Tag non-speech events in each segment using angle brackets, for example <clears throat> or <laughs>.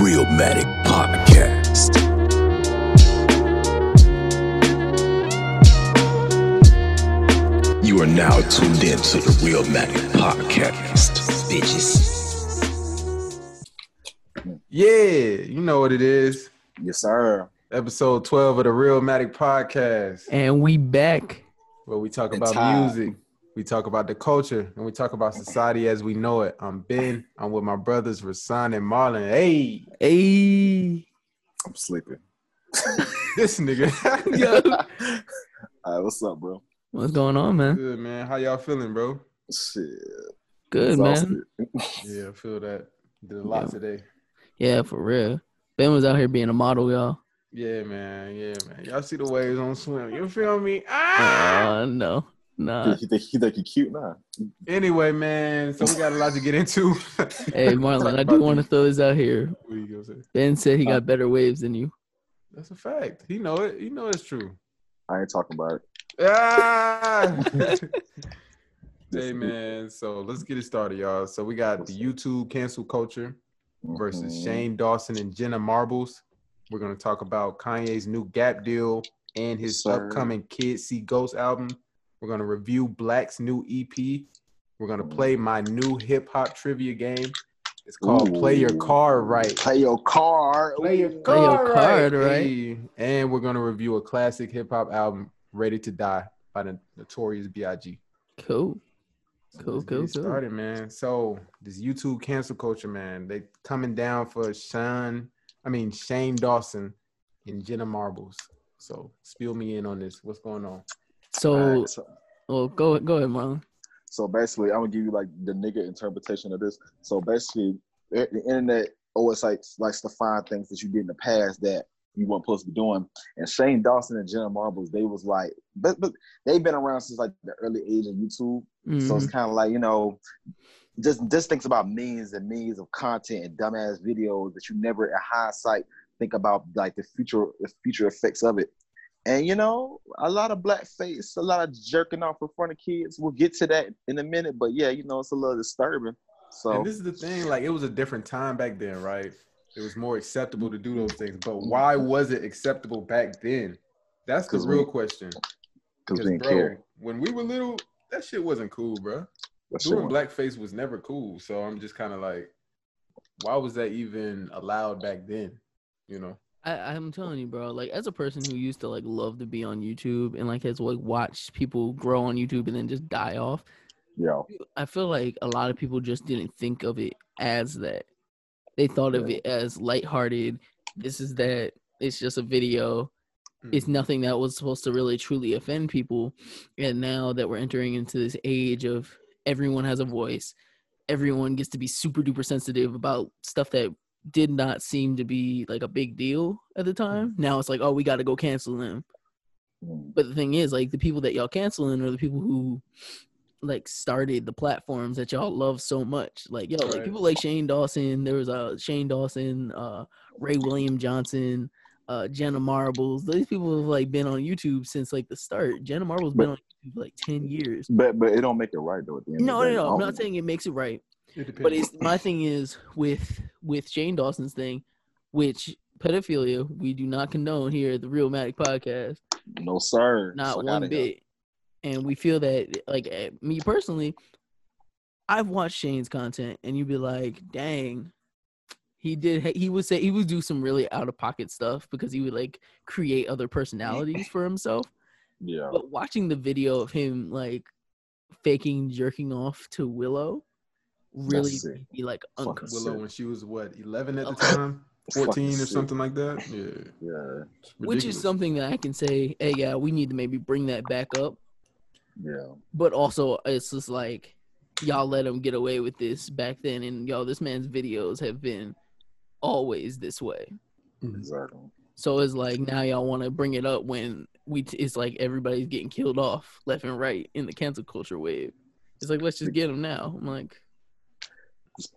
Real Matic Podcast. You are now tuned in to the Real Matic Podcast, bitches. Yeah, you know what it is. Yes, sir. Episode 12 of the Real Matic Podcast, And we back. where we talk And about time. music, we talk about the culture, and we talk about society as we know it. I'm Ben. I'm with my brothers, Rasan and Marlon. Hey, <laughs> Hey. I'm sleeping. this nigga. <laughs> Yo. All right, what's up, bro? What's going on, man? Good, man. How y'all feeling, bro? Shit. Good, man. exhausted. Yeah, I feel that. Did a lot Yeah. today. Yeah, for real. Ben was out here being a model, y'all. Yeah, man. Yeah, man. Y'all see the waves on swim. You feel me? Ah! Uh, no. <laughs> Nah. He, think- he think you cute now. Anyway, man. So we got a lot to get <laughs> into. Hey, Marlon, I do want to throw this out here. What you gonna say? Ben said Uh, he got better waves than you. That's a fact. He know it. He know it's true. I ain't talking about it. <laughs> Ah! Yes, hey it man, so let's get it started, y'all. So we got the YouTube cancel culture versus Mm-hmm. Shane Dawson and Jenna Marbles. We're gonna talk about Kanye's new Gap deal and his Yes, sir. upcoming Kids See Ghosts album. We're gonna review Black's new EP. We're gonna play Mm-hmm. my new hip hop trivia game. It's called Play Your Ooh. Car Right. Play your card. Play your Ooh. Play your card, card, right? right? Hey, And we're gonna review a classic hip hop album, "Ready to Die" by the Notorious B.I.G. Cool. So Cool, let's get cool, it cool. Started, man. So this YouTube cancel culture, man, they coming down for Sean. I mean Shane Dawson and Jenna Marbles. So spill me in on this. What's going on? All So, right, so, well, go go ahead, Marlon. so basically, I'm gonna give you like the nigga interpretation of this. So basically, the the internet always likes likes to find things that you did in the past that you weren't supposed to be doing. And Shane Dawson and Jenna Marbles, they was like, but but they've been around since like the early age of YouTube. So it's Mhm. kind of like you know, just just thinks about millions and millions of content and dumbass videos that you never, in hindsight, think about like the future the future effects of it. And you know, a lot of blackface, a lot of jerking off in front of kids. We'll get to that in a minute, but yeah, you know, it's a little disturbing. So And this is the thing, like it was a different time back then, right? It was more acceptable to do those things, but why was it acceptable back then? That's the 'Cause we- real question. 'Cause, because we didn't bro, care. when we were little, that shit wasn't cool, bro. That shit Doing went- blackface was never cool. So I'm just kind of like, why was that even allowed back then? You know? I, I'm telling you, bro. Like, as a person who used to like love to be on YouTube and like has like watched people grow on YouTube and then just die off, Yo, I feel like a lot of people just didn't think of it as that. They thought of Yeah. it as lighthearted. This is that. It's just a video. It's nothing that was supposed to really truly offend people. And now that we're entering into this age of everyone has a voice, everyone gets to be super duper sensitive about stuff that did not seem to be like a big deal at the time. Now it's like, oh, we got to go cancel them. mm, But the thing is, like the people that y'all canceling are the people who like started the platforms that y'all love so much. Like yo, like Right. people like Shane Dawson. There was uh Shane Dawson, uh Ray William Johnson, uh Jenna Marbles. These people have like been on YouTube since like the start. Jenna Marbles been on YouTube for, like ten years. but but it don't make it right though. At the end No, of the no, day. Oh, no. I I'm don't- not saying it makes it right It depends. but it's my thing is with with Shane Dawson's thing, which pedophilia we do not condone here at the Real Matic Podcast, no, sir. not Fuck outta one here. bit. And we feel that like eh, me personally, I've watched Shane's content, and you'd be like, dang. He did. He would say he would do some really out of pocket stuff because he would like create other personalities for himself. Yeah, But watching the video of him like faking jerking off to Willow really sick. made me like Fucking uncomfortable. Willow sick. when she was what, 11 at the Okay. time? Fucking 14 or sick. something like that? Yeah. Yeah, It's which is ridiculous. something that I can say, hey, yeah, we need to maybe bring that back up. yeah. But also, it's just like y'all let him get away with this back then, and y'all, this man's videos have been always this way. Exactly. So it's like now y'all want to bring it up when we t- it's like everybody's getting killed off left and right in the cancel culture wave. It's like let's just get him now. I'm like,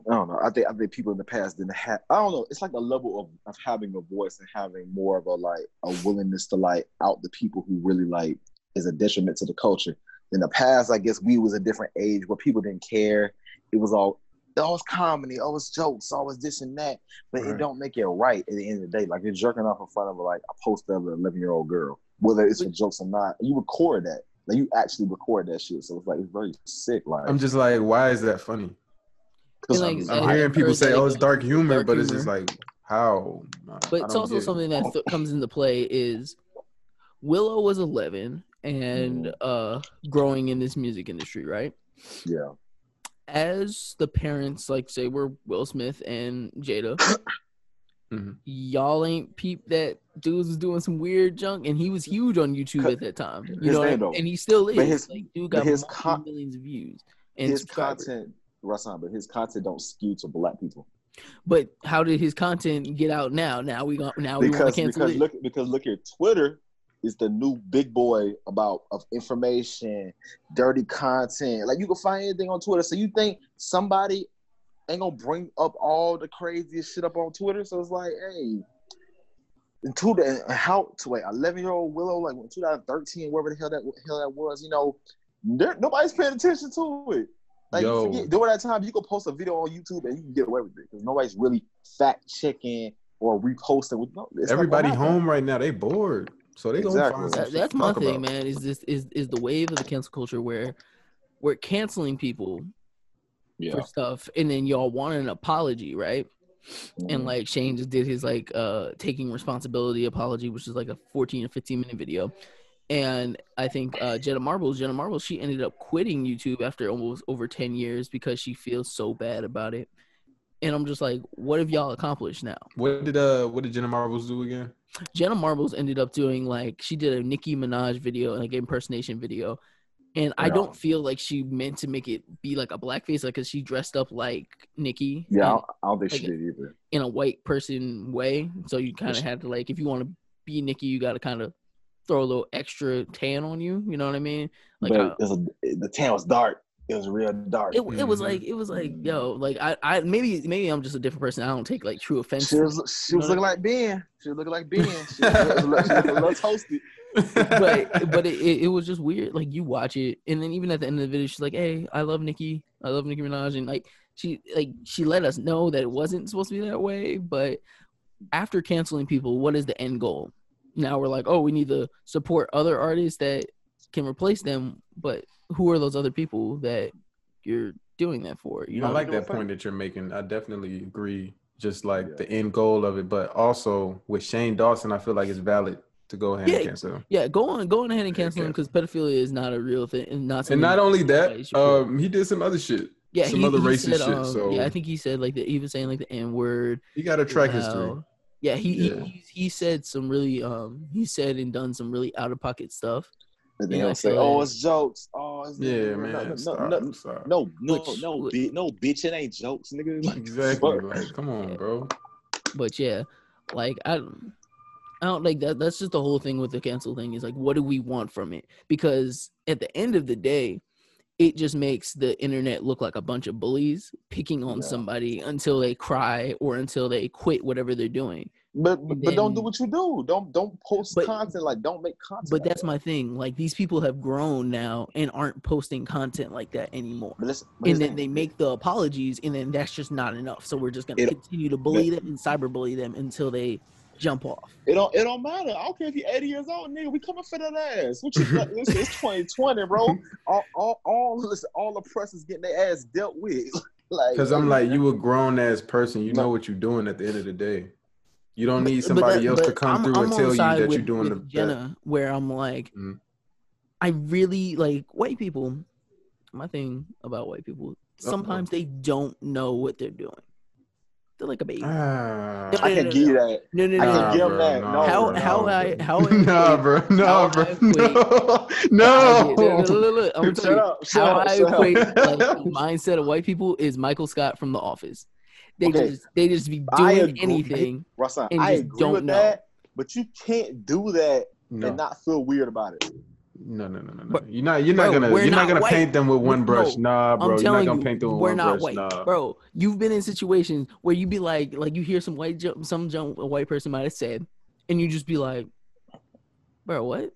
I don't know. I think I think people in the past didn't have. I don't know. It's like a level of, of having a voice and having more of a like a willingness to like out the people who really like is a detriment to the culture. In the past, I guess we was a different age where people didn't care. It was all always comedy, always jokes, always this and that, but it Right. don't make it right at the end of the day. Like you're jerking off in front of like a poster of an 11 year old girl, whether it's for jokes or not. You record that, like you actually record that shit. So it's like it's very sick. Like, I'm just like, why is that funny? 'cause like, I'm- I'm Uh, hearing people or say, like- "Oh, it's dark humor," dark but it's just humor. like, how? Nah, I But it's don't also get it. something that th- comes into play is Willow was 11 Mm. and uh growing in this music industry, right? yeah, As the parents, like say we're Will Smith and <coughs> Jada, Mhm. y'all ain't peep that dudes was doing some weird junk, and he was huge on YouTube Cut- at that time. You His know, what I name mean? though. and he still is. But his- like, dude but got his multiple con- millions of views and his subscribers. content, Rasan, but his content don't skew to black people But how did his content get out now? Now we got now we want because to cancel because it. look because look here, Twitter is the new big boy about of information, dirty content. Like you can find anything on Twitter. So you think somebody ain't gonna bring up all the craziest shit up on Twitter? So it's like, hey. In two, and how to wait, eleven year old Willow, like in 2013, wherever the hell that hell that was, you know, there, nobody's paying attention to it. Like Yo. forget, during that time, you could post a video on YouTube and you can get away with it because nobody's really fact checking or reposting. With, no, it's not Everybody gonna happen. home right now, they bored, so they gonna Exactly. find some That- shit that's to my talk thing, about. man. Is this is is the wave of the cancel culture where we're canceling people Yeah. for stuff, and then y'all want an apology, right? And Mhm. like Shane just did his like uh taking responsibility apology, which is like a 14 or 15 minute video. And I think uh Jenna Marbles, Jenna Marbles, she ended up quitting YouTube after almost over 10 years because she feels so bad about it. And I'm just like, what have y'all accomplished now? What did uh, what did Jenna Marbles do again? Jenna Marbles ended up doing like she did a Nicki Minaj video and like impersonation video, and I Yeah. don't feel like she meant to make it be like a blackface, like because she dressed up like Nicki, Yeah, I in, don't, I don't think she like- did either. in a white person way. So you kind of had to like if you want to be Nicki, you got to kind of throw a little extra tan on you. You know what I mean? Like but I- it was a, it- the town was dark. It was real dark. it, it was Mm-hmm. Mhm. like it was like yo, like I, I maybe maybe I'm just a different person. I don't take like true offense. she was she was looking like Ben. She was looking <laughs> like Ben. She was, she was looking a little toasted. <laughs> but but it, it, it was just weird. Like you watch it, and then even at the end of the video, she's like, "Hey, I love Nicki. I love Nicki Minaj," and like she like she let us know that it wasn't supposed to be that way. But after canceling people, what is the end goal? Now we're like, oh, we need to support other artists that can replace them. But who are those other people that you're doing that for? You know, I like doing that funny. point that you're making. I definitely agree. Just like Yeah. the end goal of it, but also with Shane Dawson, I feel like it's valid to go ahead Yeah. and cancel. yeah, go on, go on ahead and Yeah, cancel them because pedophilia is not a real thing, and not And something not only Yeah, you that, should do it. um, he did some other shit. yeah, some he, other he racist said, shit, um, so- yeah, I think he said like the he was saying like the n word. He got a track history. Wow. Yeah, he, Yeah. he he said some really um he said and done some really out of pocket stuff. And then Yeah, I they'll say, feel "Oh, that. it's jokes. Oh, it's Yeah, no, man. No, stop, no, no, stop. no, no, Which- no, which- bi- no, bitch. It ain't jokes, nigga. <laughs> Like, Exactly. fuck. Like, come on, Yeah. bro. But yeah, like I don't I don't like that that's just the whole thing with the cancel thing is like what do we want from it? Because at the end of the day, it just makes the internet look like a bunch of bullies picking on Yeah. somebody until they cry or until they quit whatever they're doing. But but, don't do Then- what you do. Don't don't post But- content like don't make content. But like that's that. my thing. Like these people have grown now and aren't posting content like that anymore. But listen, but and here's then the they thing. make the apologies, and then that's just not enough. So we're just gonna It- continue to bully them and cyberbully them until they jump off. It don't it don't matter. I don't care if you're 80 years old, nigga. We coming for that ass. What you like, listen, it's 2020, <laughs> bro. All all all listen, all oppressors getting their ass dealt with. <laughs> like Because I'm like, you a grown ass person. You No. know what you're doing at the end of the day. You don't But- need but somebody that- else to but come I'm- through I'm and on tell you side that with- you're doing with the best. Jenna, where I'm like, Mm. I really like white people. My thing about white people, sometimes they don't know what they're doing. They're like a baby. Ah, No, I can give you that. No, no, I no. can no. give 'em bro, that. No, how bro, how no, I bro. how I Nah, bro. <laughs> Nah, how bro. I No. how I- <laughs> look, No. look, look, I'm telling Shut you. up. Shut how up. I shut up. equate like, up. <laughs> the mindset of white people is Michael Scott from The Office. They Okay. just they just be I doing agree. anything. Rasan, and I just agree don't with know. that, but you can't do that and No. not feel weird about it. No, no, no, no, no. But- You're not. You're not Bro, gonna. we're You're not not gonna white. paint them with one No, brush. Nah, bro. I'm You're not telling gonna you, paint them with we're one not brush. white, Nah. bro. You've been in situations where you be like, like you hear some white jump, some jump a white person might have said, and you just be like, bro, what?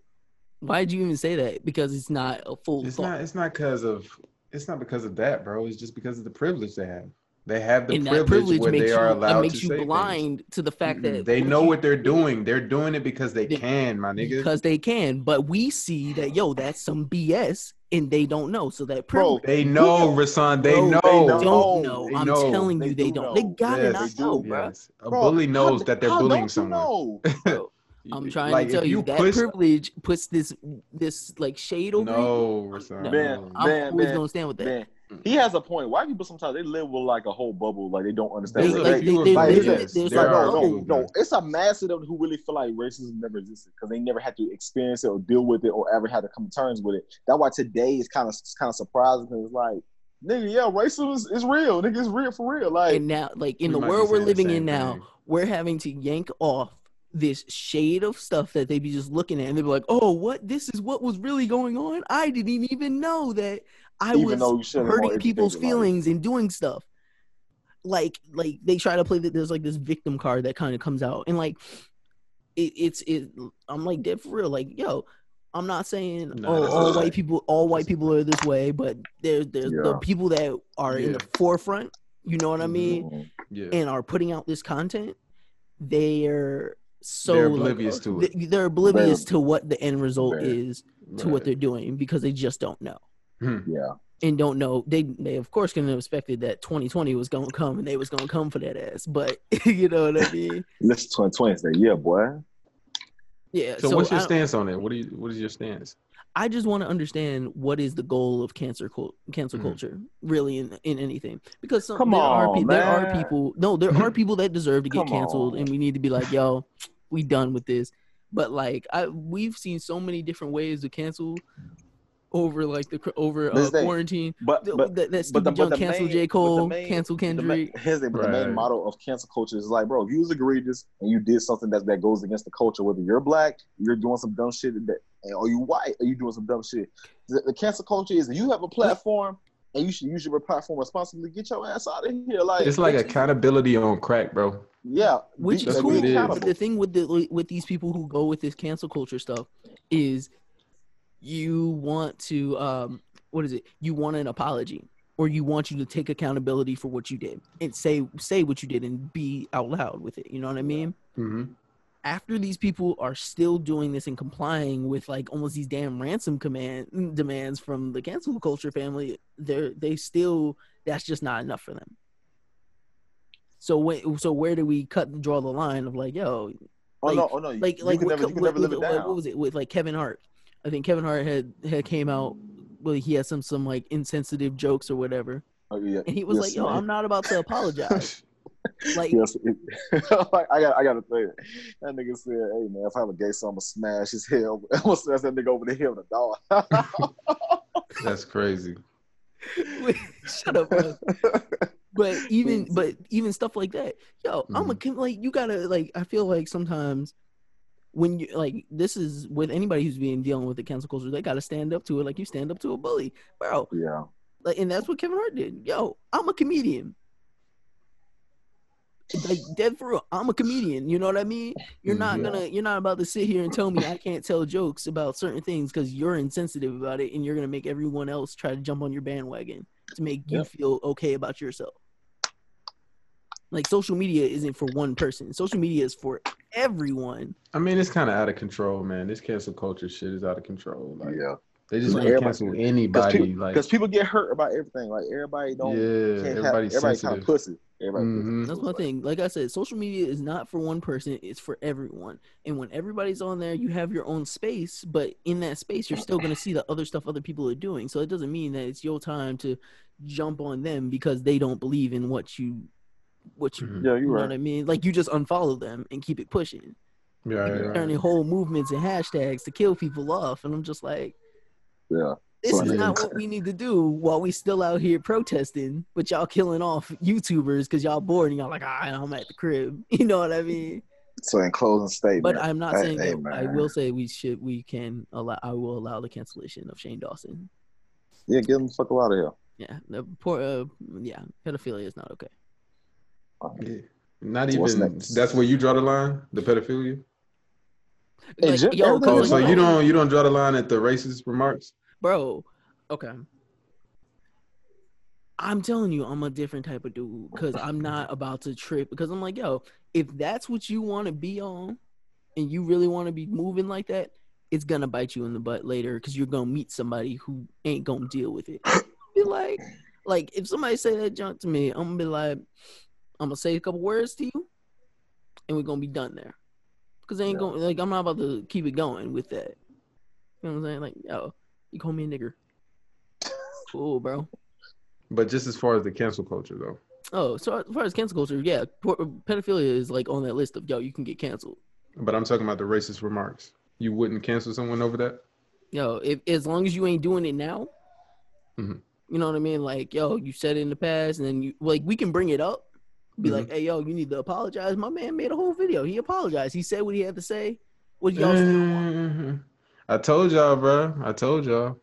Why would you even say that? Because it's not a full It's thought. not. It's not because of. It's not because of that, bro. It's just because of the privilege they have. They have the and privilege, that privilege where makes they you, are it allowed makes to you say things. blind to the fact that they know you- what they're doing. They're doing it because they They- can, my nigga. because they can, but we see that yo, that's some BS, and they don't know. So that privilege, they know, Rasan. They Bro, know. they don't know. know. They I'm know. telling They you, they do don't. know. They gotta Yes, not they know, do, bro. yes. A Bro, bully knows how- that they're how bullying don't you someone. <laughs> know? I'm trying Like, to if tell you, that push- privilege puts this this like shade over. you. No, Rasan. No, Man, I'm man, always man, gonna stand with that. Man, he has a point. White people sometimes they live with like a whole bubble, like they don't understand. They, what Look, like, if they, you they, were like, live biased, it- it's, there's there like like, a are no, bubble. no, people, no. man. It's a mass of them who really feel like racism never existed because they never had to experience it or deal with it or ever had to come to terms with it. That's why today is kind of kind of surprising because it's like, nigga, yeah, racism is, is real. Nigga, it's real for real. Like, and now like in We the might be world we're saying the living same in now thing. we're having to yank off this shade of stuff that they be just looking at and they be like oh what this is what was really going on i didn't even know that i even was though you shouldn't, more hurting people's educated, like- feelings and doing stuff like like they try to play that there's like this victim card that kind of comes out and like it, it's it i'm like dead for real like yo i'm not saying Nah, oh that's all not white right. people all white people are this way but there's there's the Yeah. people that are in Yeah. the forefront you know what i Mhm. mean Mm-hmm. Yeah. and are putting out this content, they're so They're like, oblivious uh, to they- it. They're oblivious Very- to what the end result very- is to what they're doing because they just don't know Hmm. Yeah, and don't know. They they of course couldn't have expected that 2020 was gonna come and they was gonna come for that ass. But <laughs> you know what I mean? listen to twenties that yeah, boy. Yeah. So, what's your I- stance on it? What do you? What is your stance? I just want to understand what is the goal of cancer cul- cancer Mhm. culture really in, in anything because some, Come there are on, pe- there are man. people no there Hmm. are people that deserve to get Come canceled on. and we need to be like yo we done with this but like I we've seen so many different ways to cancel over like the cr- over uh, This thing- quarantine But Th- but that, that but stupid the- but junk the cancel main- J but the Cole main- cancel the ma- <laughs> Kendrick here's the, but the Right. main motto of cancel culture is like, bro, if you was egregious and you did something that, that goes against the culture, whether you're black, you're doing some dumb shit, that, or you white, or you doing some dumb shit. The, the cancel culture is you have a platform and you should use your platform responsibly. Get your ass out of here, like It's like bitch, accountability on crack, bro. yeah, which be- is That's cool. what it is. But the thing with the with these people who go with this cancel culture stuff is you want to um what is it? You want an apology or you want you to take accountability for what you did and say say what you did and be out loud with it. You know what I mean? hmm After these people are still doing this and complying with like almost these damn ransom command mm, demands from the cancel culture family, they're they still that's just not enough for them. So when, so where do we cut and draw the line of like, yo, Oh no, oh no, you- like you like can what, never, co- you can what- never live what- it what- down. what was it with like Kevin Hart? I think Kevin Hart had had came out. Well, he had some some like insensitive jokes or whatever, Oh, yeah. and he was Yes, like, "Yo, man. I'm not about to apologize." <laughs> Like, Yes, it- <laughs> I got I gotta say it. That nigga said, "Hey man, if I have a gay son, I'ma smash his head. over- <laughs> I'ma smash that nigga over the head with a dog." <laughs> That's crazy. <laughs> shut up. bro. But even but even stuff like that, yo, I'm a Mhm. com- like you gotta like I feel like sometimes when you like this is with anybody who's being dealing with the cancel culture, they gotta stand up to it like you stand up to a bully, bro. yeah, Like, and that's what Kevin Hart did. Yo, I'm a comedian. Like dead for real. I'm a comedian. You know what I mean? You're not Mhm. gonna. You're not about to sit here and tell me I can't tell jokes about certain things because you're insensitive about it, and you're gonna make everyone else try to jump on your bandwagon to make you Yep. feel okay about yourself. Like social media isn't for one person. Social media is for everyone. I mean, it's kind of out of control, man. This cancel culture shit is out of control. Like, yeah. they just Like, want to everybody- cancel Because anybody. people, like, 'cause people get hurt about everything. Like everybody don't. yeah, can't have- everybody's everybody kind sensitive. of pussy. Everybody. Mhm. That's my thing. Like I said, social media is not for one person, it's for everyone. And when everybody's on there, you have your own space, but in that space, you're still going to see the other stuff other people are doing. So it doesn't mean that it's your time to jump on them because they don't believe in what you what you Mhm. Yeah, you you know Mm-hmm. right. what I mean? Like you just unfollow them and keep it pushing. Mm-hmm. Yeah, right, You're right. turning whole movements and hashtags to kill people off and I'm just like Yeah. this Right. is not what we need to do while we still out here protesting, but y'all killing off YouTubers because y'all bored and y'all like, ah, I'm at the crib. <laughs> You know what I mean? So in closing statement, But I'm not Hey, saying hey, that. I man. will say we should, we can allow. I will allow the cancellation of Shane Dawson. yeah, get them the fuck out of here. Yeah, the poor. Uh, yeah, pedophilia is not okay. Yeah. Not What's even. next? That's where you draw the line. The pedophilia. Hey, Like, Jim- yo, everything Oh, cause is so like, fine. you don't you don't draw the line at the racist remarks? bro. Okay. I'm telling you, I'm a different type of dude because I'm not about to trip. Because I'm like, yo, if that's what you want to be on, and you really want to be moving like that, it's gonna bite you in the butt later because you're gonna meet somebody who ain't gonna deal with it. be like, like if somebody say that junk to me, I'm gonna be like, I'm gonna say a couple words to you, and we're gonna be done there. Cause they ain't Yeah. going like I'm not about to keep it going with that. You know what I'm saying? Like, yo, you call me a nigger. Cool, bro. But just as far as the cancel culture though, Oh, so as far as cancel culture, yeah, por- pedophilia is like on that list of yo, you can get canceled. but I'm talking about the racist remarks. You wouldn't cancel someone over that? Yo, if as long as you ain't doing it now, Mhm. you know what I mean. Like, yo, you said it in the past, and then you like we can bring it up. Be Mm-hmm. like, hey, yo, you need to apologize. My man made a whole video. He apologized. He said what he had to say. What y'all still want? Mhm. I told y'all, bro. I told y'all.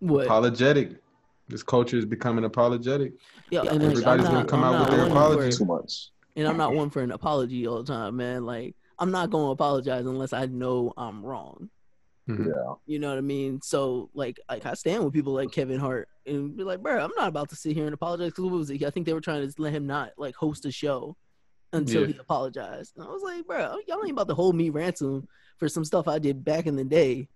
What? Apologetic. This culture is becoming apologetic. Yo, and like, I'm Everybody's gonna not, come I'm out with not their one for- apologies. Too much. and I'm not one for an apology all the time, man. Like, I'm not gonna apologize unless I know I'm wrong. Mhm. Yeah. You know what I mean? So, like, like I stand with people like Kevin Hart and be like, bro, I'm not about to sit here and apologize because what was it? I think they were trying to let him not like host a show until Yeah. he apologized. And I was like, bro, y'all ain't about to hold me ransom for some stuff I did back in the day.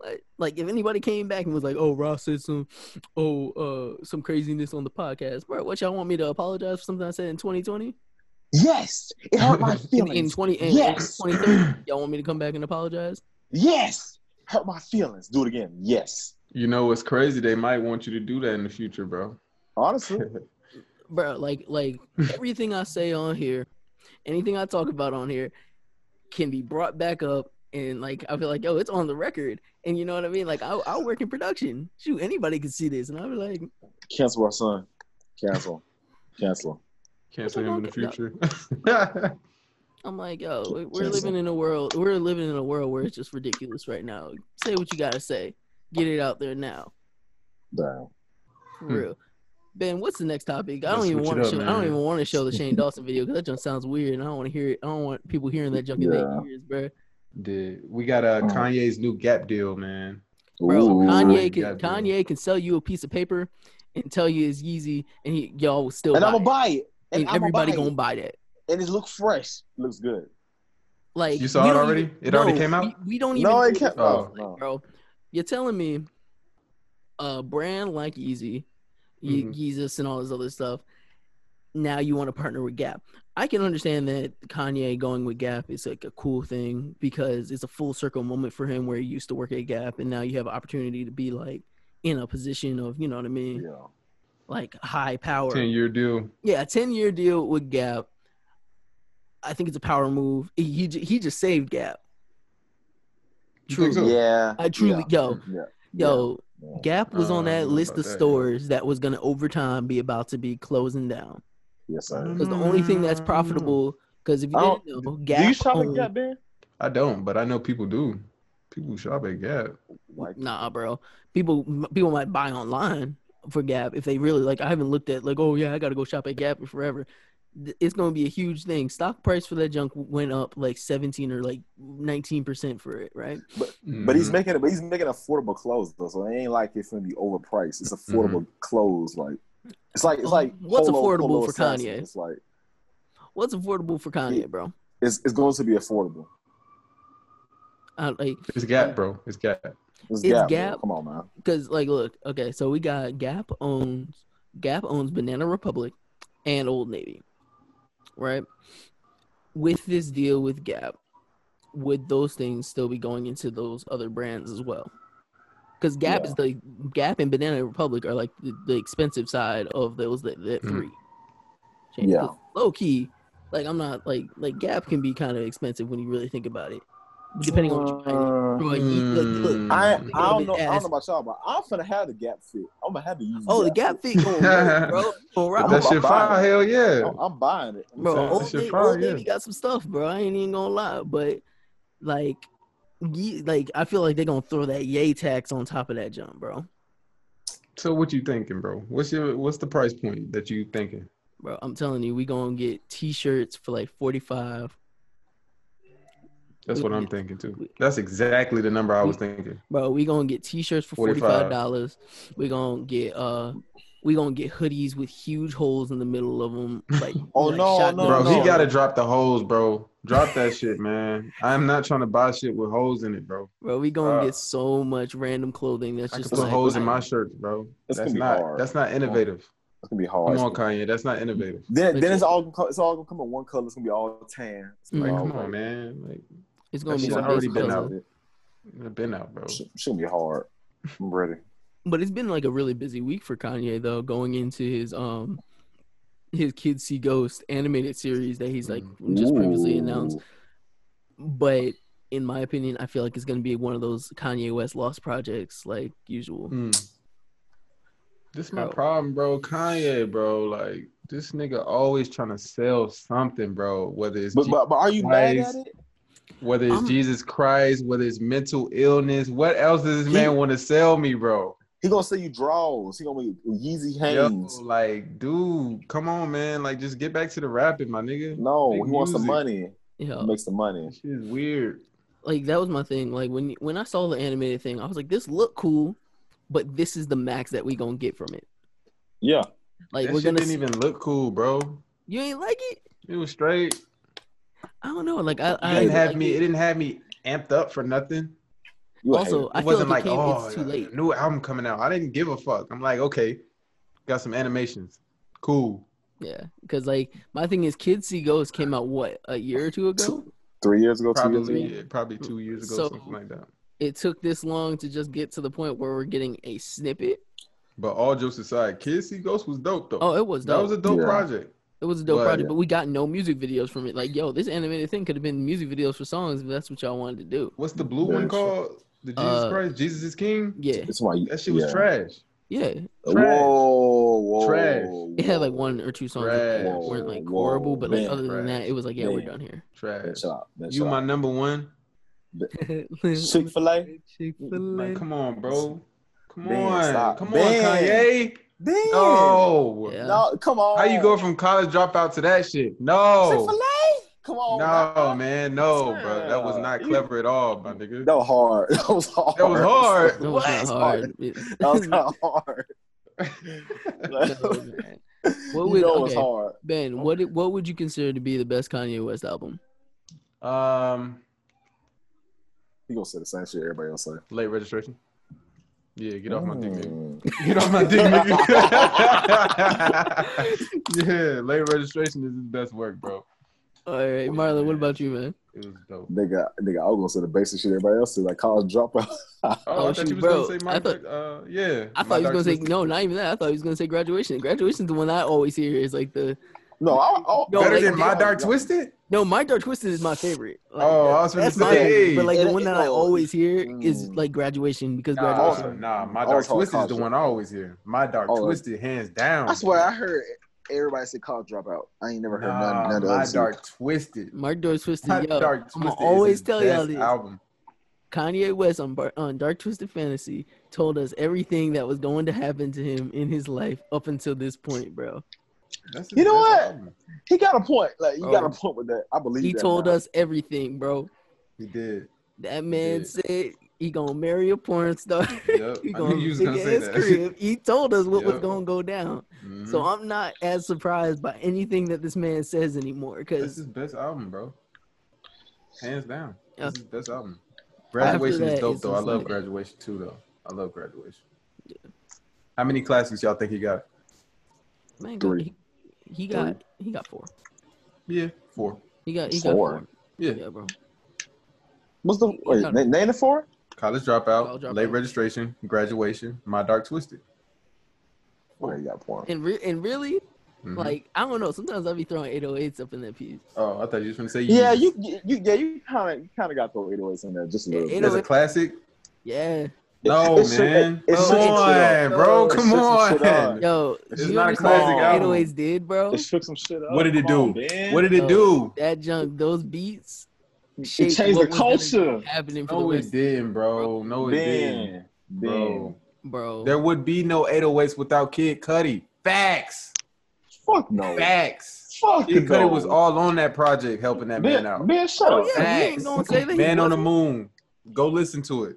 Like, like if anybody came back and was like, "Oh, Ross said some, oh, uh, some craziness on the podcast," bro, what y'all want me to apologize for something I said in 2020? Yes, it hurt my <laughs> in, feelings. in 20 in, Yes. <clears throat> in 2030 y'all want me to come back and apologize yes, hurt my feelings. Do it again. Yes, You know what's crazy? They might want you to do that in the future, bro. honestly, bro like like everything i say on here anything i talk about on here can be brought back up and like i feel like yo it's on the record and you know what i mean like i, I work in production shoot anybody can see this and i'll be like cancel our son. Cancel, cancel. Cancel What him in the the future. <laughs> i'm like yo we- we're Cancel. living in a world we're living in a world where it's just ridiculous right now say what you gotta say get it out there now Damn. For Hmm. real. Ben, what's the next topic? I Let's don't even switch it want to up, show. I don't man. even want to show the <laughs> Shane Dawson video because that junk sounds weird, and I don't want to hear it. I don't want people hearing that junk in Yeah. their ears, bro. Dude, we got uh, Oh. Kanye's new Gap deal, man. Bro, Ooh. Kanye you can got me. Kanye can sell you a piece of paper and tell you it's Yeezy, and he, y'all will still. and buy I'm gonna it. buy it, and, And I'm everybody gonna buy gonna it, buy that. and it looks fresh. Looks good. Like You saw we it don't already? even- It already no, came out? We, we don't even. No, it know can't. this, Oh, Oh, like, no. bro, you're telling me a brand like Yeezy, Ye- Mhm. Yeezus, and all this other stuff. Now you want to partner with Gap. I can understand that Kanye going with Gap is like a cool thing because it's a full circle moment for him where he used to work at Gap and now you have an opportunity to be like in a position of, you know what I mean, Yeah. like high power. 10 year deal. Yeah, a 10 year deal with Gap. I think it's a power move. He, he, ju- he just saved Gap. You think so? True. Yeah. I truly, Yeah. yo, Yeah. yo, Yeah. Gap was on Uh, I that don't know list about of that, yo. stores that was going to over time be about to be closing down. Yes, sir. Because the only thing that's Mm, I don't know. profitable, because if you I don't- didn't know, Oh, Do you Gap shop at owned- Gap, Ben? I don't, but I know people do. People shop at Gap. Like, Nah, bro. People people might buy online for Gap if they really like. I haven't looked at like, oh yeah, I gotta go shop at Gap in forever. Th- It's gonna be a huge thing. Stock price for that junk went up like seventeen or like nineteen percent for it, right? Mm-hmm. But he's Mhm. making it. But he's making affordable clothes though, so it ain't like it's gonna be overpriced. It's affordable clothes. Like it's like it's like Mm-hmm. What's Polo- affordable Polo for Assassin. Kanye? It's like What's affordable for Kanye, bro? it's, it's going to be affordable. I, like, Mm-hmm. It's Gap, bro. It's Gap. It's, It's Gap. bro. Gap. Come on, man. cause like, look, okay, so we got Gap owns Gap owns Banana Republic and Old Navy, right? With this deal with Gap, would those things still be going into those other brands as well? Because Gap Yeah. is the Gap and Banana Republic are like the, the expensive side of those that, that Mhm. three. Mm-hmm. Yeah. Low key, like I'm not like like Gap can be kind of expensive when you really think about it, depending on what you're buying. Uh, Bro, you- look, look, I Mm. I don't know. I don't know about y'all, but I'm finna have the Gap fit. I'm gonna have to use. Oh, the Gap fit <laughs> going <laughs> work, bro. Going If rock. I'm that shit about fire, it. hell yeah. Oh. I'm, I'm buying it. I'm bro. oh. That telling Old shit Navy, fire, old Navy yeah. got some stuff, bro. I ain't even gonna lie, but like, ye, like I feel like they're gonna throw that yay tax on top of that jump, bro. So what you thinking, bro? What's your what's the price point that you thinking? Bro, I'm telling you, we gonna get t-shirts for like 45. That's what I'm thinking too. That's exactly the number I was thinking. Bro, we gonna get t-shirts for 45. $45. We gonna get uh we gonna get hoodies with huge holes in the middle <laughs> of them. Like, Oh, like no, shotgun bro, no, no. he gotta drop the holes, bro. Drop that shit, man. I'm not trying to buy shit with holes in it, bro. Bro, we gonna Uh, get so much random clothing that's I can just put like, holes in like, my shirts, bro. That's That's gonna be not hard. that's not innovative. It's gonna be hard. Come on, Kanye. That's not innovative. Then, then it's all gonna co- it's all gonna come in one color. It's gonna be all tan. It's oh, gonna be Like, all Mm, come white. on, man. Like It's gonna That be shit's some already basic been color. out. I've been out, bro. Sh- Shouldn't be hard. I'm ready. But it's been like a really busy week for Kanye though, going into his um his Kids See Ghost animated series that he's like just previously announced. Ooh. But in my opinion, I feel like it's gonna be one of those Kanye West lost projects like usual. Mm. This is my Bro. problem, bro. Kanye, bro. Like this nigga always trying to sell something, bro. Whether it's But, Je- but but are you mad Nice. at it? whether it's I'm- Jesus Christ, whether it's mental illness, what else does this man want to sell me, bro? He gonna sell you draws. He gonna make Yeezy Yo, hangs. like, dude, come on, man. Like, just get back to the rapping, my nigga. No, Make he wants some music. money. Yeah. He makes the money. This shit is weird. like that was my thing. Like when when I saw the animated thing, I was like, this look cool, but this is the max that we gonna get from it. Yeah. Like that we're shit gonna didn't s- even look cool, bro. you ain't like it. It was straight. It I don't know. Like I, I didn't have like me. It. didn't have me amped up for nothing. You a Also, hater. I It feel wasn't like, like, it came, oh, it's too late. new album coming out. I didn't give a fuck. I'm like, okay, got some animations. Cool. Yeah, because like my thing is, Kids See Ghosts came out what a year or two ago. three years ago, two years ago. Probably, yeah, probably two years ago, So- something like that. It took this long to just get to the point where we're getting a snippet. But all jokes aside, Kids See Ghosts was dope though. Oh, it was dope. that was a dope Yeah. project. it was a dope but- project, but we got no music videos from it. Like, yo, this animated thing could have been music videos for songs, but that's what y'all wanted to do. What's the blue Yeah, one shit. called? The Jesus Uh, Christ, Jesus is King. Yeah, That's why you, That shit was yeah. trash. yeah. Trash. Whoa, whoa, Trash. It had like one or two songs that Trash. weren't like Whoa, horrible, but like man, other than that, it was like, yeah, we're man. done here. Trash. Man, shut up. Man, You shut my up. number one. Chick Fil A. Like, Chick-fil-A. come on, bro. Come Ben, on, stop. come on, Ben. Kanye. Ben. No, Yeah. No, come on. how you go from college dropout to that shit? No, Chick Fil A? Come on. no, man, no, bro. That was Oh, Yeah. not clever at all, my nigga. That was hard. <laughs> That was hard. That was hard. That was not That's hard. It- <laughs> That was kind of hard. that <laughs> was bad. What you would- know it was okay. hard. Ben, what did- what would you consider to be the best Kanye West album? um, You gonna say the same shit everybody else say. late registration. Yeah, get off my dick, nigga. Mm. Get off my dick, <laughs> nigga. <laughs> yeah, late registration is his best work, bro. All right, Marlon, what about you, man? It was dope. Nigga, nigga, I was gonna say the basic shit everybody else said, like college dropout. <laughs> Oh, Oh, I thought shoot, you was bro. gonna say my I thought- dark- uh yeah. I My thought Dark he was gonna say Twisted- no, not even that. I thought he was gonna say graduation. Graduation's the one I always hear is like the no, I, I, No, better like- than my dark twisted. no. My Dark Twisted is my favorite. Like, oh, I was gonna that's my favorite, say. but like the It- one that I it- Oh. always hear is Mm. like graduation because nah, graduation. nah, my I dark was called twisted is the Cosby. one I always hear. My dark Oh, twisted, hands down. I swear I heard everybody say college dropout. I ain't never heard Nah, none, none of the my others. dark twisted. My Dark Twisted, My yo, dark I'ma twisted. is always his tell y'all best this. Album. Kanye West on, Bar- on Dark Twisted Fantasy told us everything that was going to happen to him in his life up until this point, bro. That's his You know best what? album. He got a point. Like you Bro. Oh. got a point with that. I believe He that told now. us everything, bro. He <laughs> did. That man did. said he gonna marry a porn star. <laughs> Yep. he I knew gonna you was stick gonna it say in his that. <laughs> crib. He told us what was Yep. gonna go down. Mhm. So I'm not as surprised by anything that this man says anymore. That's Because his best album, bro. Hands down. Yeah. That's his best album. Graduation that, is dope it's though. I just love like- graduation too though. I love graduation. How many classics y'all think he got? man, Three. he, he got he got four. Yeah. Four. He got he Four. got four. Yeah. Yeah, bro. What's the wait, got- na- name the four? College dropout, College Dropout. late registration, graduation, my dark twisted. Well, you got a point. And re- and really, Mhm. like I don't know. Sometimes I'll be throwing 808s up in that piece. oh, I thought you was gonna say Yeah, Yeezy. you, you you- yeah, you kinda you kinda got those 808s in there just a little Yeah, bit. That's a classic. Yeah, No, It's- it's- man. it's- it's- come it's- on, it's- bro. it's- Come it's- it's- <laughs> on. it's- yo, This you is not a understand classic what album. 808s did, bro. It shook some shit up. What did it Come on, do? man. What did it Yo, do? That junk, those beats, it shaped changed the what was gonna be culture? happening for No, the it rest, didn't, bro. No, it didn't, Ben, bro. Ben. bro. There would be no 808s without Kid Cudi. Facts. Fuck no. Facts. Fuck Kid no. Cudi was all on that project helping that man Ben, out. ben, shut Oh up. yeah, you ain't Facts. gonna say that. he Man on the wasn't. moon. Go listen to it.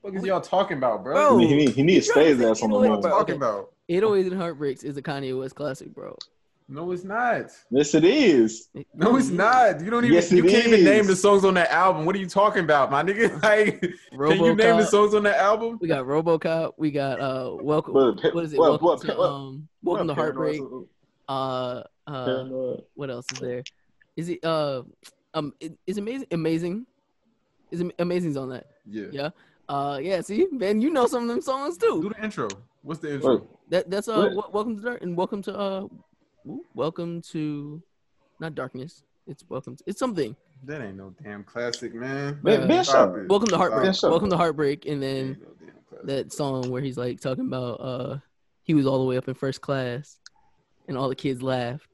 What is y'all talking about, bro? Bro, What He need, he need to You trying stay his to ass on the say are you moon. bro. talking about? It Always oh and Heartbreaks is a Kanye West classic, bro. No, it's not. Yes, it is. No, it's not. You don't even. Yes, you it can't even name is. the songs on that album. What are you talking about, my nigga? <laughs> Like, RoboCop. can you name the songs on that album? We got RoboCop. We got uh, welcome. What- what is it? what- welcome what- to, what- um, welcome to heartbreak. Uh, uh, Paranoid. what else is there? Is it uh, um, it- is amazing? Amazing, is Am- amazing's on that? Yeah. Yeah. Uh, yeah. See, man, you know some of them songs too. Do the intro. What's the intro? Wait. That that's uh, What? wel- welcome to dark and welcome to uh, ooh, welcome to, not darkness. It's welcome. To, it's something. That ain't no damn classic, man. Ben, ben Uh, Sharp. Stop it. Welcome to heartbreak. Yes, sir. Welcome to heartbreak, and That then ain't no damn classic. that song where he's like talking about uh he was all the way up in first class and all the kids laughed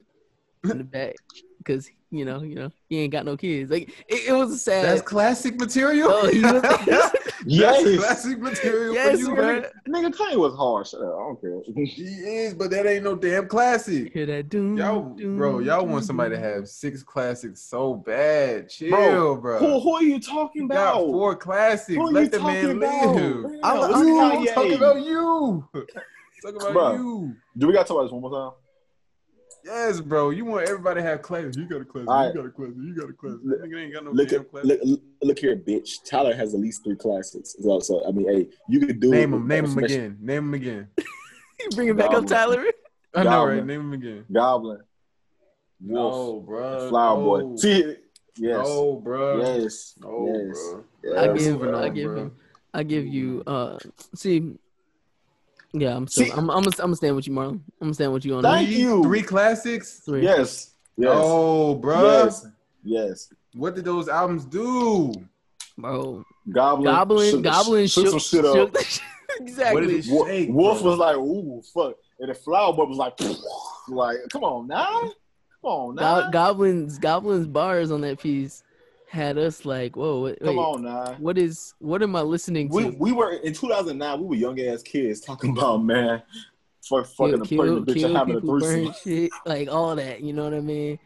<laughs> in the back because you know you know he ain't got no kids like it, it was a sad <laughs> That's classic material. No, he <laughs> was- That's Oh, <laughs> Yes. classic material. yes for you, bro. nigga. Nigga, Kanye was hard. Shut up. I don't care. He is, but that ain't no damn classic. <laughs> hear that doom Y'all, doom, bro, y'all want doom, somebody to doom. have six classics so bad. Chill, bro. Bro, who, who are you talking You got about? four classics. Who are Let you the man talking about? live. I No, love it's you. Kanye. Talk about you. <laughs> Talk about Bro. you. Do we got to talk about this one more time? Yes, bro. You want everybody to have classics. You got a classic. All You right. got a classic. You got a classic. Look- Nigga ain't got no Look, damn at, classic. look, look here, bitch. Tyler has at least three classics. So, so, I mean, hey, you could do name it. him. Name him again. Name him again. <laughs> you <laughs> bring it back up Goblin. tyler I know, Goblin. right? Name him again. Goblin, Wolf, No, bro. Flower No. Boy. See, yes, No, bro. yes, No, yes. bro. I yes. give- Moving I on, give bro. him- i give you uh see yeah i'm still See- I'm, I'm, gonna, I'm gonna stand with you marlon i'm gonna stand with you on Thank that three, you. Three classics. Three. Yes. Yes. Oh, bro. Yes. Yes. What did those albums do? bro Goblin. goblin shook- goblin shook shook, some shit up. What <laughs> did exactly it Wo- shake, Wolf bro? was like, ooh, fuck. And the flower boy was like, <laughs> like, come on now. Come on now. Go- goblins goblins bars on that piece had us like whoa wait, come wait, on now. what is what am i listening to We, we were in 2009. We were young ass kids talking <laughs> about man, fuck, fucking a pregnant bitch and having a people, threesome. burn shit, like all that you know what i mean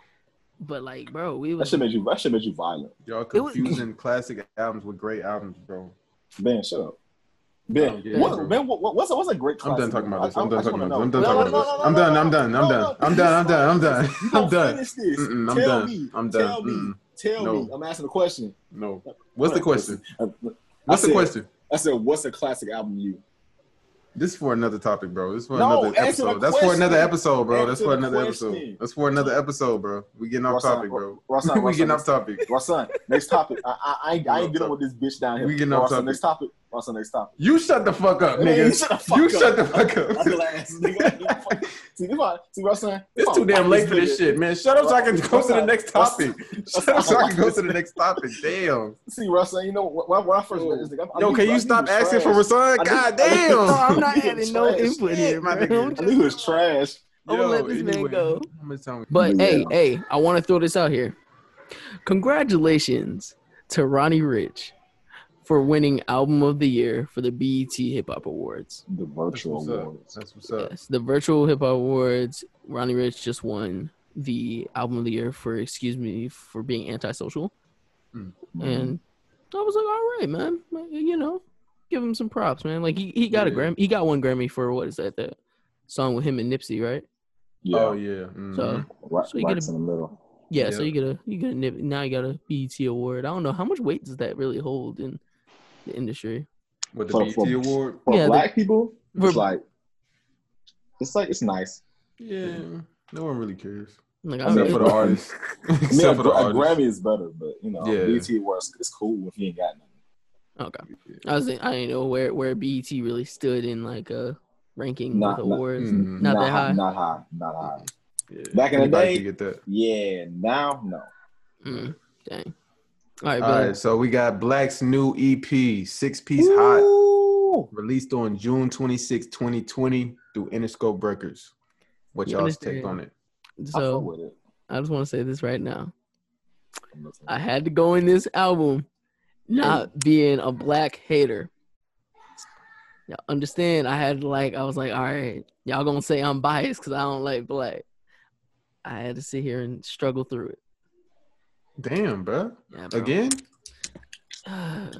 but like bro we That was should make you. That should make you violent. Y'all It was- confusing classic albums with great albums, bro. Ben, shut up. Oh, Ben, yeah, bro. what, ben what, what- what's a, what's a great? I'm done Classic? talking about this. I- I- I'm I done just talking wanna about this. know. I'm done talking No, about this. no, I'm no, no, done. no, I'm done. I'm no, done. no, I'm done. I'm done. I'm done. You gonna I'm done. finish this. Mm-mm, I'm tell done. me. I'm Tell done. me. Mm-mm. Tell No. Uh, me. I'm asking a question. No. What's the question? I, What's the said- question? I said, what's a classic album to you? This is for another topic, bro. This is for No, another answer the episode. That's for another question. episode, bro. That's Answer for the another episode. question. That's for another episode, bro. We getting off Ross, I- topic, bro. Ross, I- <laughs> We Ross, I- getting off topic. Rosson, next topic. I, I, I, ain't- I ain't dealing with this bitch down here. We getting off Rosson, topic. next topic. Rosson, next topic. You shut the fuck up, Man, nigga. you shut the fuck You up. shut the fuck I feel up. like ass, nigga. <laughs> see, this why, see, Rosson. It's too damn late for Oh, this shit, man. Shut up so I can go to the next topic. Shut up so I can go to the next topic. <laughs> Damn. See, Rosson, you know when, when I first met this nigga, I- I Yo, knew- can I you knew stop he was asking for trash. Rasan? I God just- <laughs> no, damn. i'm not Nigga, adding no trash. input here My bro. nigga. I'm I just- knew he was trash. I'm gonna let this man go. I'm gonna tell him. but Yeah. hey hey i want to throw this out here congratulations to ronnie rich for winning album of the year for the E bet hip-hop awards The That's virtual what's up. awards. That's what's up. Yes, the virtual hip hop awards. Ronnie Rich just won the album of the year for "Excuse Me for Being Antisocial," Mm-hmm. and I was like, "All right, man, Like, you know, give him some props, man. Like he, he got a Yeah. Grammy, he got one Grammy for what is that that song with him and Nipsey, right? yeah, Oh yeah. Mhm. So right, so you right get a- in the middle. yeah, so Yeah. you get a you get a Nip, now you got a BET award. I don't know how much weight does that really hold in the industry. With the For- BT for- award. For Yeah, the- black people, For- it's like it's like it's nice. Yeah. No one really cares. Like I Except don't for know. the <laughs> artist. <laughs> I mean, a, Except for the gra- a artist. Grammy is better, but you know, Yeah. BT awards it's cool if you ain't got nothing. Okay, I was I didn't know where where BET really stood in like a ranking Nah, with nah. awards. Mhm. Not that high, high. not high, not high. Yeah. Back in the Anybody day- can get that. Yeah, now no. Mm, dang. All right, All Billy. right, so we got Black's new EP, Six Piece Hot, Ooh. released on June 26, 2020 through Interscope Records. What You y'all's understand? take on it? I fuck So with it. I just want to say this right now. I'm listening. I had to go in this album not being a black hater. Y'all understand? I had to like I was like, all right, y'all gonna say I'm biased because I don't like black. I had to sit here and struggle through it. Damn, bruh. Yeah, bro. <sighs> Again?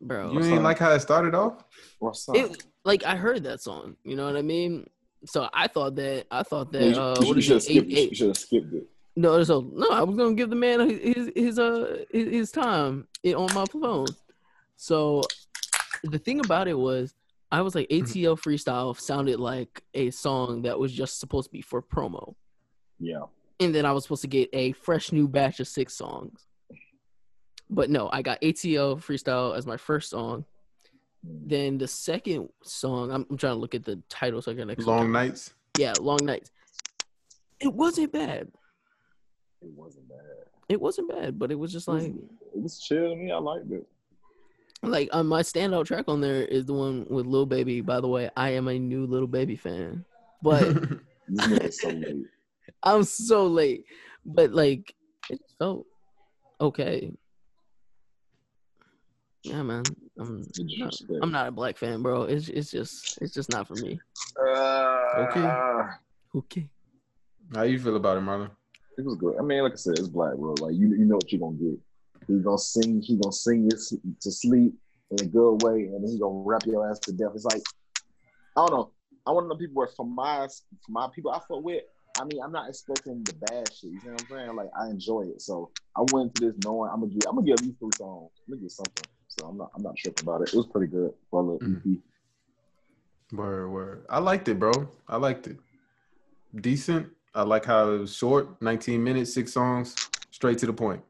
bro. You ain't like how it started off? What's up? it like I heard that song. You know what I mean? So I thought that I thought that You, uh, you what is should have skipped it? Eight, it. You eight. should have skipped it. No, so no, I was gonna give the man his his uh his, his time it, on my phone. So the thing about it was, I was like ATL freestyle sounded like a song that was just supposed to be for promo, Yeah. and then I was supposed to get a fresh new batch of six songs. But no, I got ATL freestyle as my first song. Then the second song, I'm, I'm trying to look at the title so I can actually- Long nights. <laughs> yeah, long nights. It wasn't bad. It wasn't bad. It wasn't bad, but it was just like it was chill to me. I liked it. like uh, my standout track on there is the one with Lil Baby. By the way, I am a new Lil Baby fan, <laughs> but This nigga's <laughs> so late. I'm so late. But like, it just felt okay. Yeah, man. I'm not, Disrespect. I'm not a black fan, bro. It's it's just it's just not for me. Uh, Okay. Okay. How you feel about it, Marlon? It was good. I mean, like I said, it's black, bro. Like you, you know what you're gonna get. He's gonna sing. He gonna sing you s- to sleep in a good way, and then he gonna rap your ass to death. It's like I don't know. I want to know people where from my from my people I fuck with. I mean, I'm not expecting the bad shit. You know what I'm saying? Like I enjoy it, so I went into this knowing I'm gonna get. I'm gonna get at least three songs. I'm gonna get something. So I'm not. I'm not tripping about it. It was pretty good E for a little Mm. EP. Word, word. I liked it, bro. I liked it. Decent. I like how it was short, 19 minutes, six songs, straight to the point.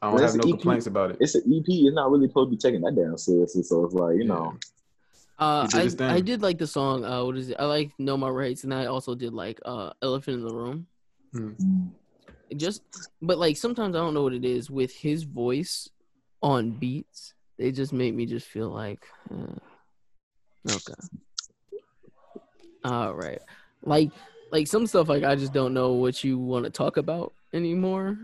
I don't Well, have no that's EP. complaints about it. E It's an EP. It's not really supposed to be taking that damn seriously. So it's like you know. Uh, He did I, his thing. I did like the song. Uh, what is it? I like Know My Rights, and I also did like uh Elephant in the Room. just but like sometimes I don't know what it is with his voice on beats. They just make me just feel like uh, okay, all right, like like some stuff like I just don't know what you want to talk about anymore.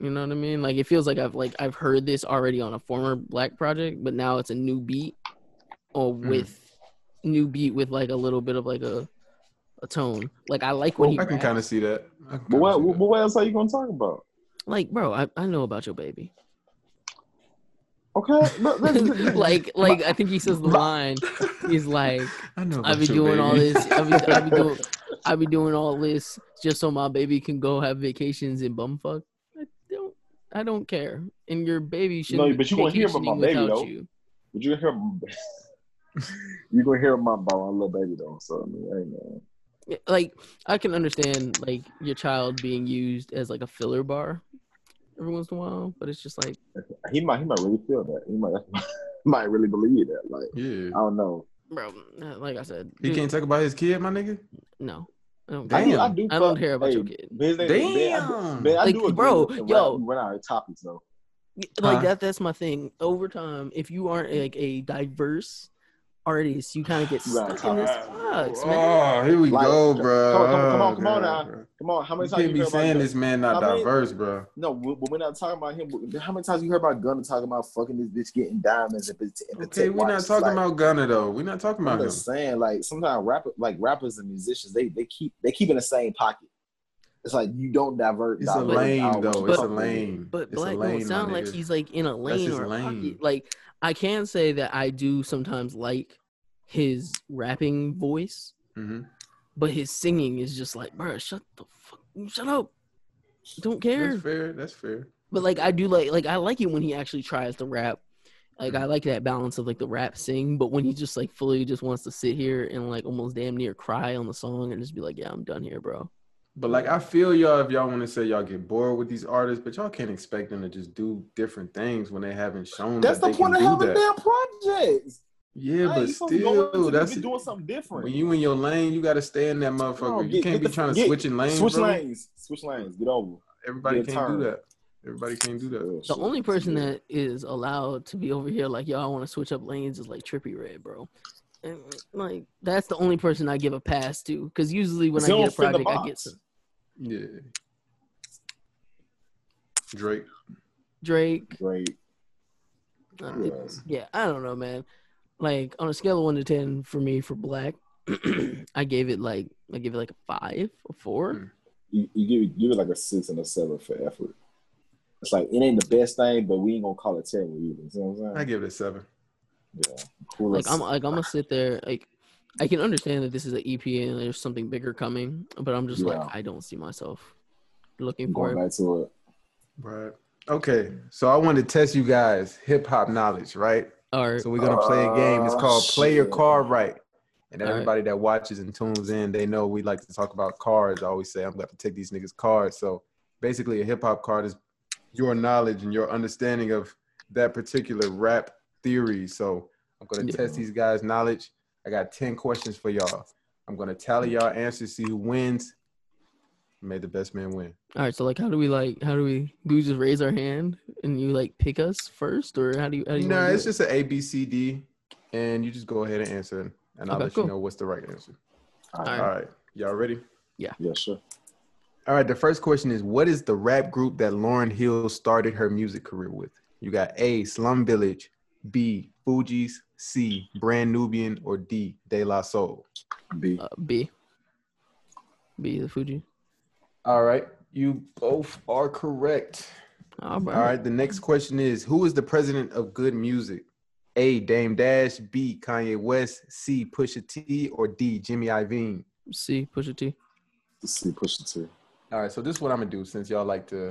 You know what I mean? Like it feels like I've like I've heard this already on a former Black project, but now it's a new beat or Mm. with new beat with like a little bit of like a a tone. Like I like when he I can raps. kind of see that. I can But kinda what, see but that. what else are you gonna talk about? like bro I, I know about your <laughs> baby <laughs> Okay, look, look, <laughs> look, look. like like i think he says the line he's like <laughs> I know. i about be your doing all baby. this i be, I be <laughs> doing i be doing all this just so my baby can go have vacations in bumfuck i don't i don't care and your baby shouldn't be but you wanna hear about my vacationing baby, without though. you. But you hear, <laughs> you gonna hear my about my little baby though. So I mean, hey man, Yeah, like i can understand like your child being used as like a filler bar every once in a while but it's just like he might he might really feel that. He might <laughs> might really believe that. Like <laughs> Yeah. I don't know. bro like i said He can't talk about his kid, my nigga. no i don't I, do, Damn. I do. I don't fuck- care about hey, your kid. but his name- Damn. Man, I, do- man, I Like, do agree bro, with him. yo. we're not on topics though. Y- like Huh? that that's my thing over time if you aren't like a diverse artist you kind of get Right. stuck in this box man Oh, here we Like, go, come- bro. come on, come on, come on Oh, now. God, Come on, how bro. many You times you can't be heard about saying gun- this man not How many- diverse, bro. No, we- but we're not talking about him. but How many times you heard about Gunna talking about fucking this bitch getting diamonds and protect- and Okay, protect we're not watches? talking Like, about Gunner though. We're not talking I'm about him. just saying, like sometimes rapper, like rappers and musicians, they they keep they keep in the same pocket. It's like you don't divert. It's a divert lane out what though. you It's a fuck with. lane. but It's a black lane, don't my sound like nigga. he's like in a lane his or a lane. pocket. like i can say that i do sometimes like his rapping voice Mhm. but his singing is just like bro shut the fuck shut up don't care That's fair. That's fair. but like i do like like i like it when he actually tries to rap like Mm-hmm. i like that balance of like the rap sing but when he just like fully just wants to sit here and like almost damn near cry on the song and just be like yeah i'm done here bro But like I feel y'all if y'all want to say y'all get bored with these artists, but y'all can't expect them to just do different things when they haven't shown That's that the they point of can do having that. damn projects. Yeah, Hey, but you supposed to go into still, it, that's be doing something different. when you in your lane, you gotta stay in that motherfucker. No, you get- can't get be the- trying to get- switch in lanes. switch bro. lanes, switch lanes, get over. Everybody Get a can't do turn. that. Everybody can't do that. the only person that is allowed to be over here like yo i want to switch up lanes is like trippy red bro and like that's the only person i give a pass to because usually when i get a project i get some Yeah. Drake. drake great. uh, it- Yes. yeah i don't know man like on a scale of 1 to 10 for me for black <clears throat> i gave it like i give it like a 5 or 4 Mm. You, you give it- give it like a six and a seven for effort. It's like it ain't the best thing, but we ain't gonna call it terrible either. You know what I'm I saying? give it a seven. Yeah, cool. like I'm like I'm gonna sit there like I can understand that this is an EP and there's something bigger coming, but I'm just Yeah. like I don't see myself looking I'm for going it. back to it. Right. Okay. So I want to test you guys hip hop knowledge, right? Or So we're gonna play a game. It's Oh, called Play Your shit. Car Right. And All right. everybody that watches and tunes in, they know we like to talk about cards. I always say I'm about to take these niggas' cards. So basically, a hip hop card is your knowledge and your understanding of that particular rap theory. So I'm gonna Yeah. test these guys' knowledge. I got ten questions for y'all. I'm gonna tally y'all answers, see who wins. May the best man win. all right, so like how do we like how do we do we just raise our hand and you like pick us first or how do you how do you No, wanna do it's it? just an A B C D, and you just go ahead and answer, it, and I'll Okay, let cool. you know what's the right answer. All All right. right. All right, y'all ready? Yeah, sure. All right. The first question is, what is the rap group that Lauren Hill started her music career with? You got A. Slum Village, B. Fugees, C. Brand Nubian, or D. De La Soul. B. uh, B. B the Fuji. All right, you both are correct. All right. All right. The next question is, who is the president of Good Music? A. Dame Dash, B. Kanye West, C. Pusha T, or D. Jimmy Iovine. C push a T. C. Push it <laughs> to. All right, so this is what I'm gonna do since y'all like to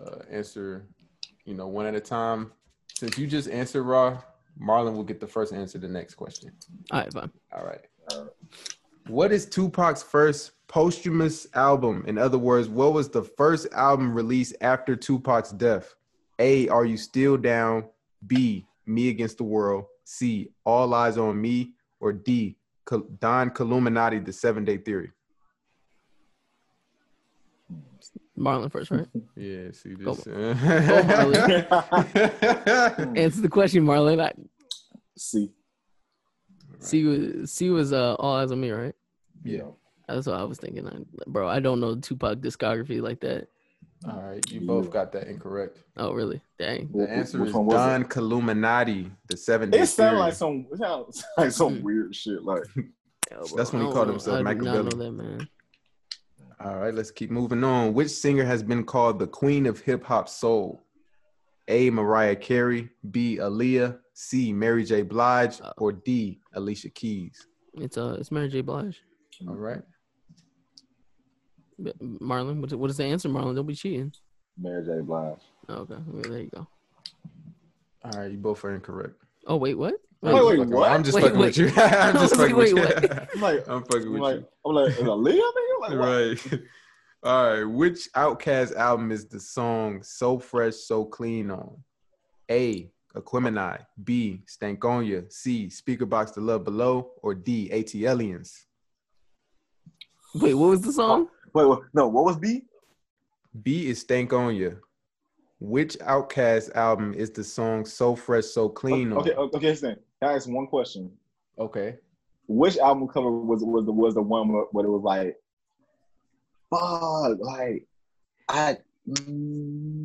uh, answer, you know, one at a time. Since you just answered raw, Marlon will get the first answer to the next question. All right, fine. All right. What is Tupac's first posthumous album? In other words, what was the first album released after Tupac's death? A. Are You Still Down? B. Me Against the World? C. All Eyes on Me? Or D. Col- Don Columinati, The Seven Day Theory? Marlon first, <laughs> right? Yeah, see Go- this. <laughs> <laughs> Answer the question, Marlon. I, C. C was C was uh, all eyes on me, right? Yeah. That's what I was thinking. I, bro, I don't know Tupac discography like that. All right, you Yeah. both got that incorrect. Oh, really? Dang. The answer Which is one was Don Columinati, the seven It, day it sounded theory. like some it sounds <laughs> like some weird shit. Like Yo, bro, That's when I he don't called know. himself I did not know Machiavelli. that, man. All right, let's keep moving on. Which singer has been called the queen of hip hop soul? A. Mariah Carey, B. Aaliyah, C. Mary J. Blige, Uh. or D. Alicia Keys. It's uh, it's Mary J. Blige. All right, But Marlon, what's, what is the answer, Marlon? Don't be cheating. Mary J. Blige. Oh, okay, well, there you go. all right, you both are incorrect. Oh wait, what? I'm Wait, just wait, fucking- what? I'm just Wait, fucking wait. with you. <laughs> I'm I was just fucking with like, wait, you. I'm like <laughs> I'm fucking I'm with like you. I'm like is Aaliyah nigga? <laughs> Like what? right. <laughs> All right. Which Outcast album is the song "So Fresh, So Clean" on? A. Aquemini. B. Stankonia. C. Speaker Box to Love Below. Or D. ATLians. Wait, what was the song? Wait, wait, no, what was B? B is Stankonia. Which Outcast album is the song "So Fresh, So Clean" on? Okay, okay, okay, listen. Can I ask one question? Okay. Which album cover was was the was the one where, where it was like, fuck, like I.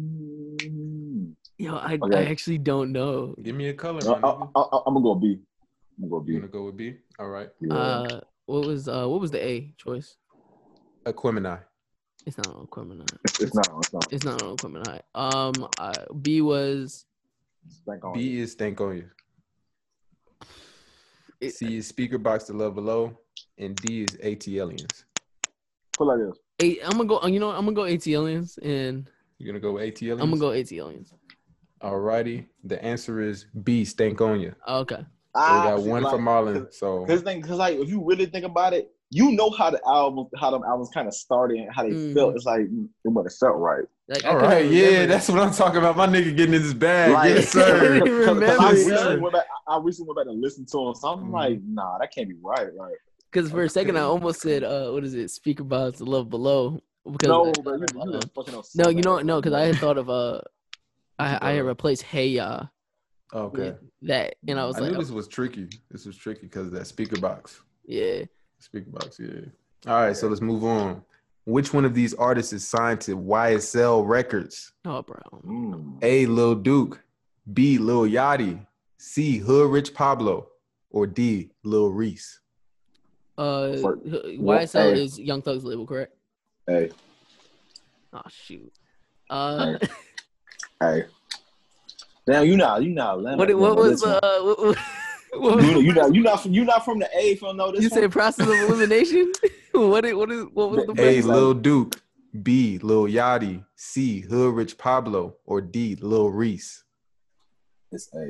Mm, Yo, I, I Okay. actually don't know. Give me a color. I, I, I, I'm gonna go B. I'm gonna go You B. wanna go with B? All right. Yeah. Uh, what was uh, what was the A choice? Aquemini. It's not on Aquemini. it's, it's not. It's not. It's not on Aquemini. Um, I, B was Thank God. B is Stankonia. it, C is Speaker Box to Love Below. And D is ATLians. Put like this. i am I'm gonna go. You know, what? I'm gonna go AT aliens, and You're gonna go with ATLians? I'm gonna go AT aliens. Alrighty. The answer is B, Stankonia. Okay. So we Ah, got see, one like, for Marlon. So Cause thing, cause like if you really think about it, you know how the album, how them albums kind of started, and how they Mhm. felt. It's like mm, it must have felt right. Like, I all couldn't right, yeah, remember. <laughs> that's what I'm talking about. My nigga getting in his bag. Like- yes, sir. <laughs> Didn't Cause- cause remember, I, <laughs> yeah. recently went back, I I recently went back to listen to them, so I'm Mhm. like, nah, that can't be right. Like, Because for a second, I Okay. almost said, uh, "What is it?" Speaker box, love below. Because no, I bro, thought you, of, you uh, done fucking up. no, so you know, bad. no, because I had thought of <laughs> uh, I, I had Uh, replaced Hey Ya Okay. with that, and I was I like, knew oh, this was tricky. This was tricky because that speaker box. "Yeah, Speaker box, yeah. All right, so let's move on. Which one of these artists is signed to YSL Records? oh, bro, Mm. A. Lil Duke, B. Lil Yachty, C. Hood Rich Pablo, or D. Lil Reese. uh, For- YSL hey. is Young Thug's label, correct?" Hey, Oh shoot. Uh, hey. Damn, you not, you not Atlanta. what you what <laughs> know was this one. uh, what, <laughs> what, What- You you not you not you not from the A from no this you one? said process of elimination? <laughs> what is, what is what was the A. process? Lil Duke. B. Lil Yachty. C. Hood Rich Pablo. Or D. Lil Reese. it's A.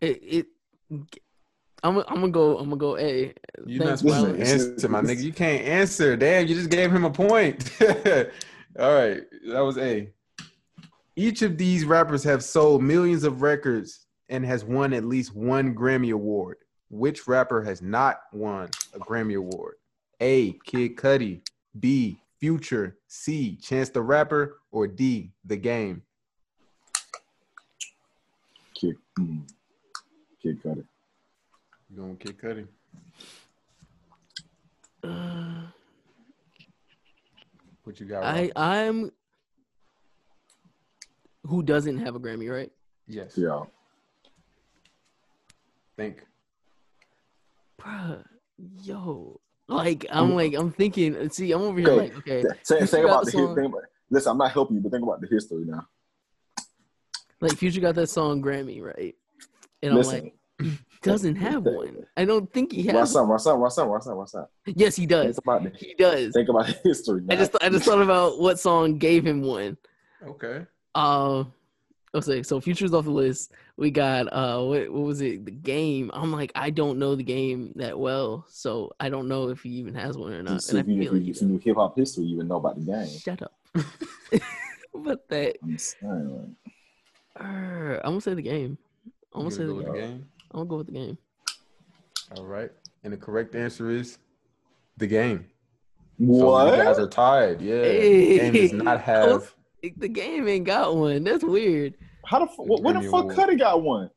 It, it, I'm I'm gonna go I'm gonna go A. You're not Thanks, supposed Wiley. to answer, my nigga. You can't answer. Damn, you just gave him a point. <laughs> All right, that was A. Each of these rappers have sold millions of records and has won at least one Grammy Award. Which rapper has not won a Grammy Award? A. Kid Cudi. B. Future. C. Chance the Rapper. Or D. The Game. Kid, mm, kid Cudi. You going with Kid Cudi? Uh, What you got? I Rob? I'm who doesn't have a Grammy, right? yes. Yeah, Think. Bruh, yo. Like I'm like I'm thinking. See, I'm over here Okay. like okay, <laughs> Say- You <laughs> think forgot about the the hi- song. think about, listen. I'm not helping you, but think about the history now. like Future got that song Grammy right, and I'm Listen, like doesn't have one. I don't think he what's has. up? What's up? What's up? What's up? What's up? Yes, he Think does. about the, He does. think about the history now. I just I just thought about what song gave him one. Okay. Uh, I'll say so. Future's off the list. We got uh, what what was it? The game. I'm like, I don't know the game that well, so I don't know if he even has one or You not. see, And I if you, feel like if you, he if you does. knew hip hop history, you would know about the game. Shut up. <laughs> but that, I'm saying, uh, I'm gonna say the game. I'm gonna You say the gonna go with game. the game. I'm gonna go with the game. All right. And the correct answer is the game. So what? you guys are tied. Yeah. Hey. Game does not have. Like, The game ain't got one. That's weird. How the fuck? What, where the Grammy fuck Award. Cuddy got one?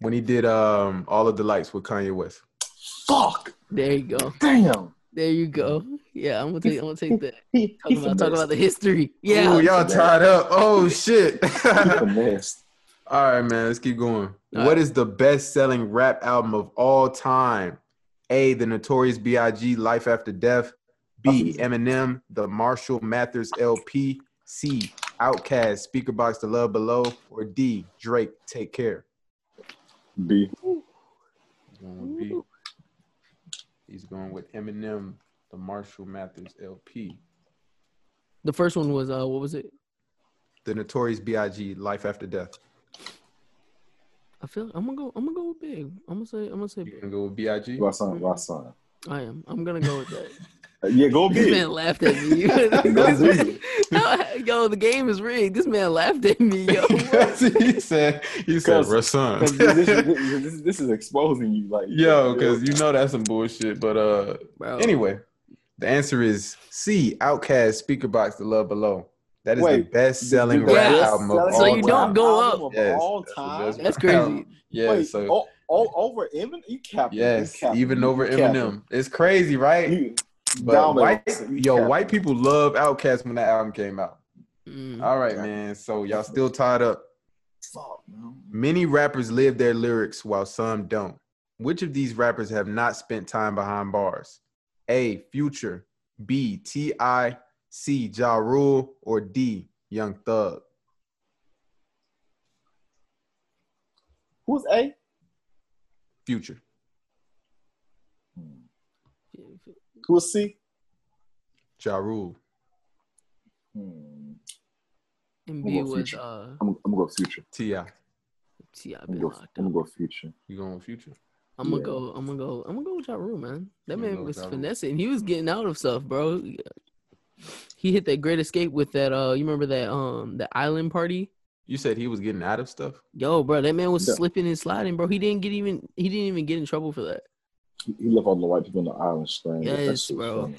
When he did um all of the lights with Kanye West. Fuck! There you go. Damn! There you go. Yeah, I'm gonna take. I'm gonna take that. He, Talk he about talk about finessed. the history. Yeah. Ooh, y'all That's tied up. Oh shit. <laughs> He finessed. all right, man. Let's keep going. All What right. is the best selling rap album of all time? A the notorious B.I.G. Life After Death. B Eminem, the Marshall Mathers LP. C Outcast, Speaker Box The Love Below, or D Drake, Take Care. B. Going with B. He's going with Eminem, the Marshall Mathers LP, The first one was uh, what was it? the Notorious B.I.G. Life After Death. I feel I'm gonna go. I'm gonna go with big. I'm gonna say. I'm gonna say. You Big. can go with B.I.G. My son. My son. I am. I'm gonna go with that. Uh, Yeah, go this B. man laughed at me. <laughs> This man- No, yo, the game is rigged. This man laughed at <laughs> me. Yo, <laughs> he said, he said, Cause- Rasan. Because <laughs> this, is- this, is- this is exposing you, like Yo, because you know that's some bullshit. But uh, Oh. bro. anyway, the answer is C. Outcast, Speaker Box, The Love Below. That is the Wait, best selling the rap best album of all selling- So you don't time. go Album up. of Yes, all that's the time. best that's album. crazy. Yeah, Wait, so all, all over Eminem? You capping? You yes, capping, even you over capping. Eminem, it's crazy, right? You But down there, white, you yo, capping. white people love Outkast when that album came out. Mm. All right, Yeah. man. So y'all still tied up. Fuck, man. Many rappers live their lyrics while some don't. Which of these rappers have not spent time behind bars? A. Future. B. T.I. C. Ja Rule. Or D. Young Thug. Who's A? Future. Hmm. Who's C? Ja Rule. Hmm. Who And B wrote was Future? uh, I'm, I'm gonna go Future. T.I. see, I've I'm gonna been go, locked I'm up. gonna go Future. You going with Future? I'm gonna yeah. go. I'm gonna go. I'm gonna go with Ja Rule, man. That I'm gonna man go with was Ja Rule. finessing. He was getting out of stuff, bro. He hit that great escape with that. Uh, you remember that um, the island party. You said he was getting out of stuff? Yo, bro, that man was Yeah. slipping and sliding, bro. He didn't get even he didn't even get in trouble for that. He, he left all the white people on the island strand. That Yes, shit's bro. funny.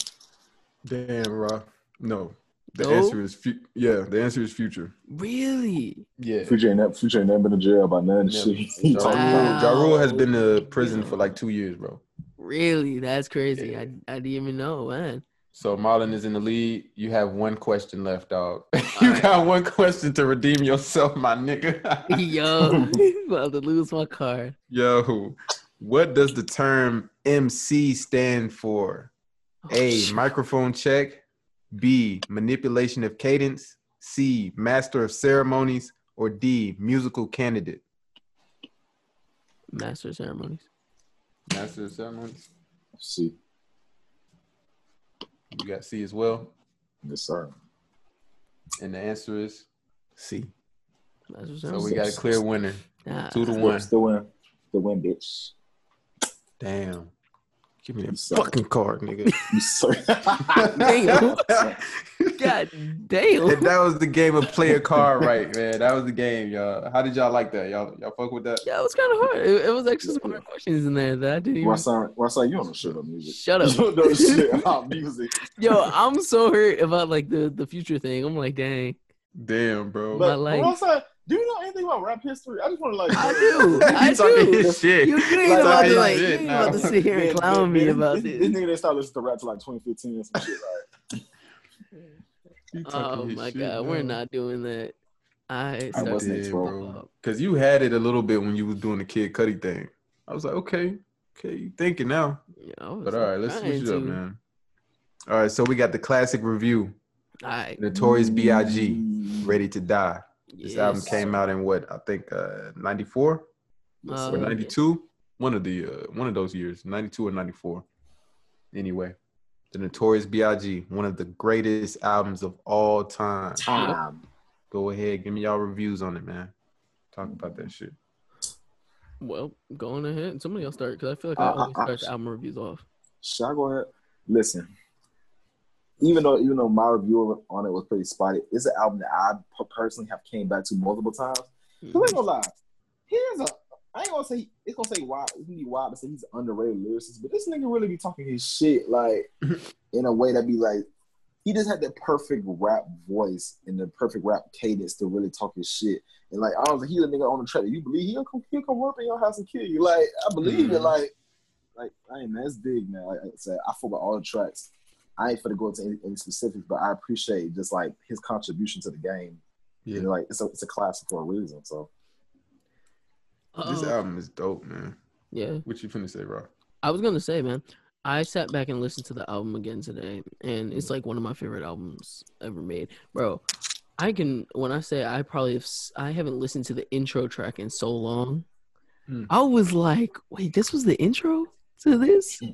Damn, Rob. No. The No? answer is fu- yeah, the answer is Future. Really? Yeah. Future ain't never, Future ain't never been in jail by none of the Never. shit he Ja talking Rule, about. ja Rule has Wow. been to prison for like two years, bro. Really? That's crazy. Yeah. I I didn't even know, <laughs> man. <laughs> So Marlon is in the lead. You have one question left, dog. <laughs> you Alright. got one question to redeem yourself, my nigga. <laughs> Yo, <laughs> about to lose my card. Yo, what does the term MC stand for? Oh, A. Microphone check. B. Manipulation of cadence. C. Master of ceremonies. Or D. Musical candidate. Master of Ceremonies. Master of Ceremonies. See, You got C as well. yes, sir. And the answer is C. Master of So Ceremonies. we got a clear winner. Nah. Two to one. What's the win? The win, bitch. Damn. Give me You that suck. fucking card, nigga. You suck. <laughs> <laughs> Damn. God If <laughs> damn. that was the game of player card, right, man. That was the game, y'all. How did y'all like that? Y'all y'all fuck with that? Yeah, it was kind of hard. It, it was actually some hard questions in there that I didn't even. Why son? Why son? You don't know shit about music. <laughs> Shut <laughs> You don't up. <laughs> know shit about music. Yo, I'm so hurt about like the the future thing. I'm like, dang. Damn, bro. But life. why son? Do you know anything about rap history? I just want to like. I do. <laughs> I You talking do. his shit. You, you ain't Like, about talking to like. his You shit ain't about to now. sit here and <laughs> Man, clown man, me this- about this. This this. nigga didn't start listening to rap till like 2015 or some shit. Like, You talking Oh his my shit god, we're now. not doing that. I I start wasn't did, trolling. bro. Cause you had it a little bit when you was doing the Kid Cudi thing. I was like, okay, okay, you thinking now? Yeah, I was But all right, let's trying switch it up, to. man. All right, so we got the classic review, All right. Notorious B.I.G. Mm. Ready to Die. This album yes. came out in what I think uh, ninety four Uh, or ninety two, one of the uh, one of those years, ninety two or ninety four. Anyway, the Notorious B.I.G. One of the greatest albums of all time. Time. Go ahead, give me y'all reviews on it, man. Talk about that shit. Well, going ahead. Somebody else start because I feel like Uh, I uh, always uh. start the album reviews off. Should I go ahead? Listen, even though even though my review of- on it was pretty spotty, it's an album that I per- personally have came back to multiple times. Hmm. Who ain't gonna lie? Here's a I ain't gonna say it's gonna say wild. It's gonna be wild to say he's an underrated lyricist, but this nigga really be talking his shit like in a way that be like he just had the perfect rap voice and the perfect rap cadence to really talk his shit. And like I was like, he's a nigga on the track that you believe he'll come he'll come work in your house and kill you. Like I believe it. Mhm. Like like I ain't that's big man. Like I said, I forgot all the tracks. I ain't finna go into any, any specifics, but I appreciate just like his contribution to the game. Yeah. And, like it's a it's a classic for a reason. So This Uh-oh. album is dope, man. Oh, Yeah, What you finna say, bro? I was gonna say, man. I sat back and listened to the album again today, and it's like one of my favorite albums ever made, bro. I can when I say I probably have, s- I haven't listened to the intro track in so long. Hmm. I was like, wait, this was the intro to this. Hmm.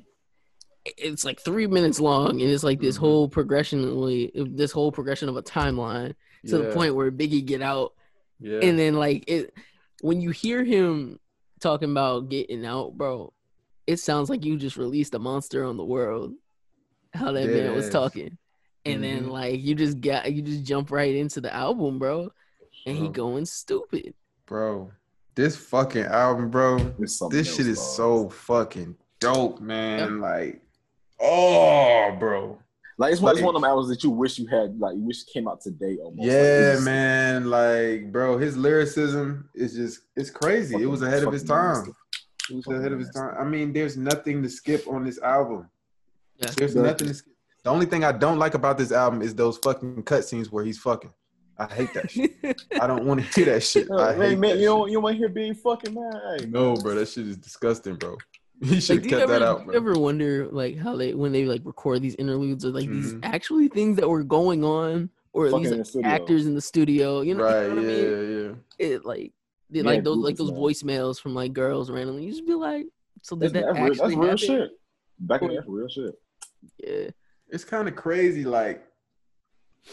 It's like three minutes long, and it's like this Mhm. whole progressionally, this whole progression of a timeline to the Yeah, point where Biggie get out Yeah. and then like it when you hear him talking about getting out, bro, it sounds like you just released a monster on the world. How that Dead man was ass. talking. And then Mhm. like you just got you just jump right into the album, bro. And he Bro. going stupid. <laughs> bro, this fucking album, bro. it's something This shit is else, dog. so fucking dope, man. Like, oh, bro. Like it's one, it's Like- one of them albums that you wish you had, like you wish came out today almost. Like, Yeah, it's just man. Like, bro, his lyricism is just, it's crazy. fucking- it was ahead of his fucking time. nasty. It was ahead of his Fucking time. I mean, there's nothing to skip on this album. Yeah. There's Yeah. nothing to skip. The only thing I don't like about this album is those fucking cutscenes where he's fucking. I hate that shit. I don't want to hear that <laughs> shit. I Uh, hate man, man, that you shit. don't, you don't want to hear being fucking mad. Hey, No, bro, that shit is disgusting, bro. <laughs> He should have like do you cut ever, that out, do bro. you ever wonder like how they when they like record these interludes or like these Mhm. actually things that were going on or at Fucking least in the like, studio. actors in the studio, you know, you right? know what I yeah, mean? yeah. it like they, Yeah, like those like groupings, those man. voicemails from like girls randomly. You just be like, so That's, did that that's, real, that's actually real happen? shit. Back in Or- the day, that's real shit. Yeah, It's kind of crazy. Like,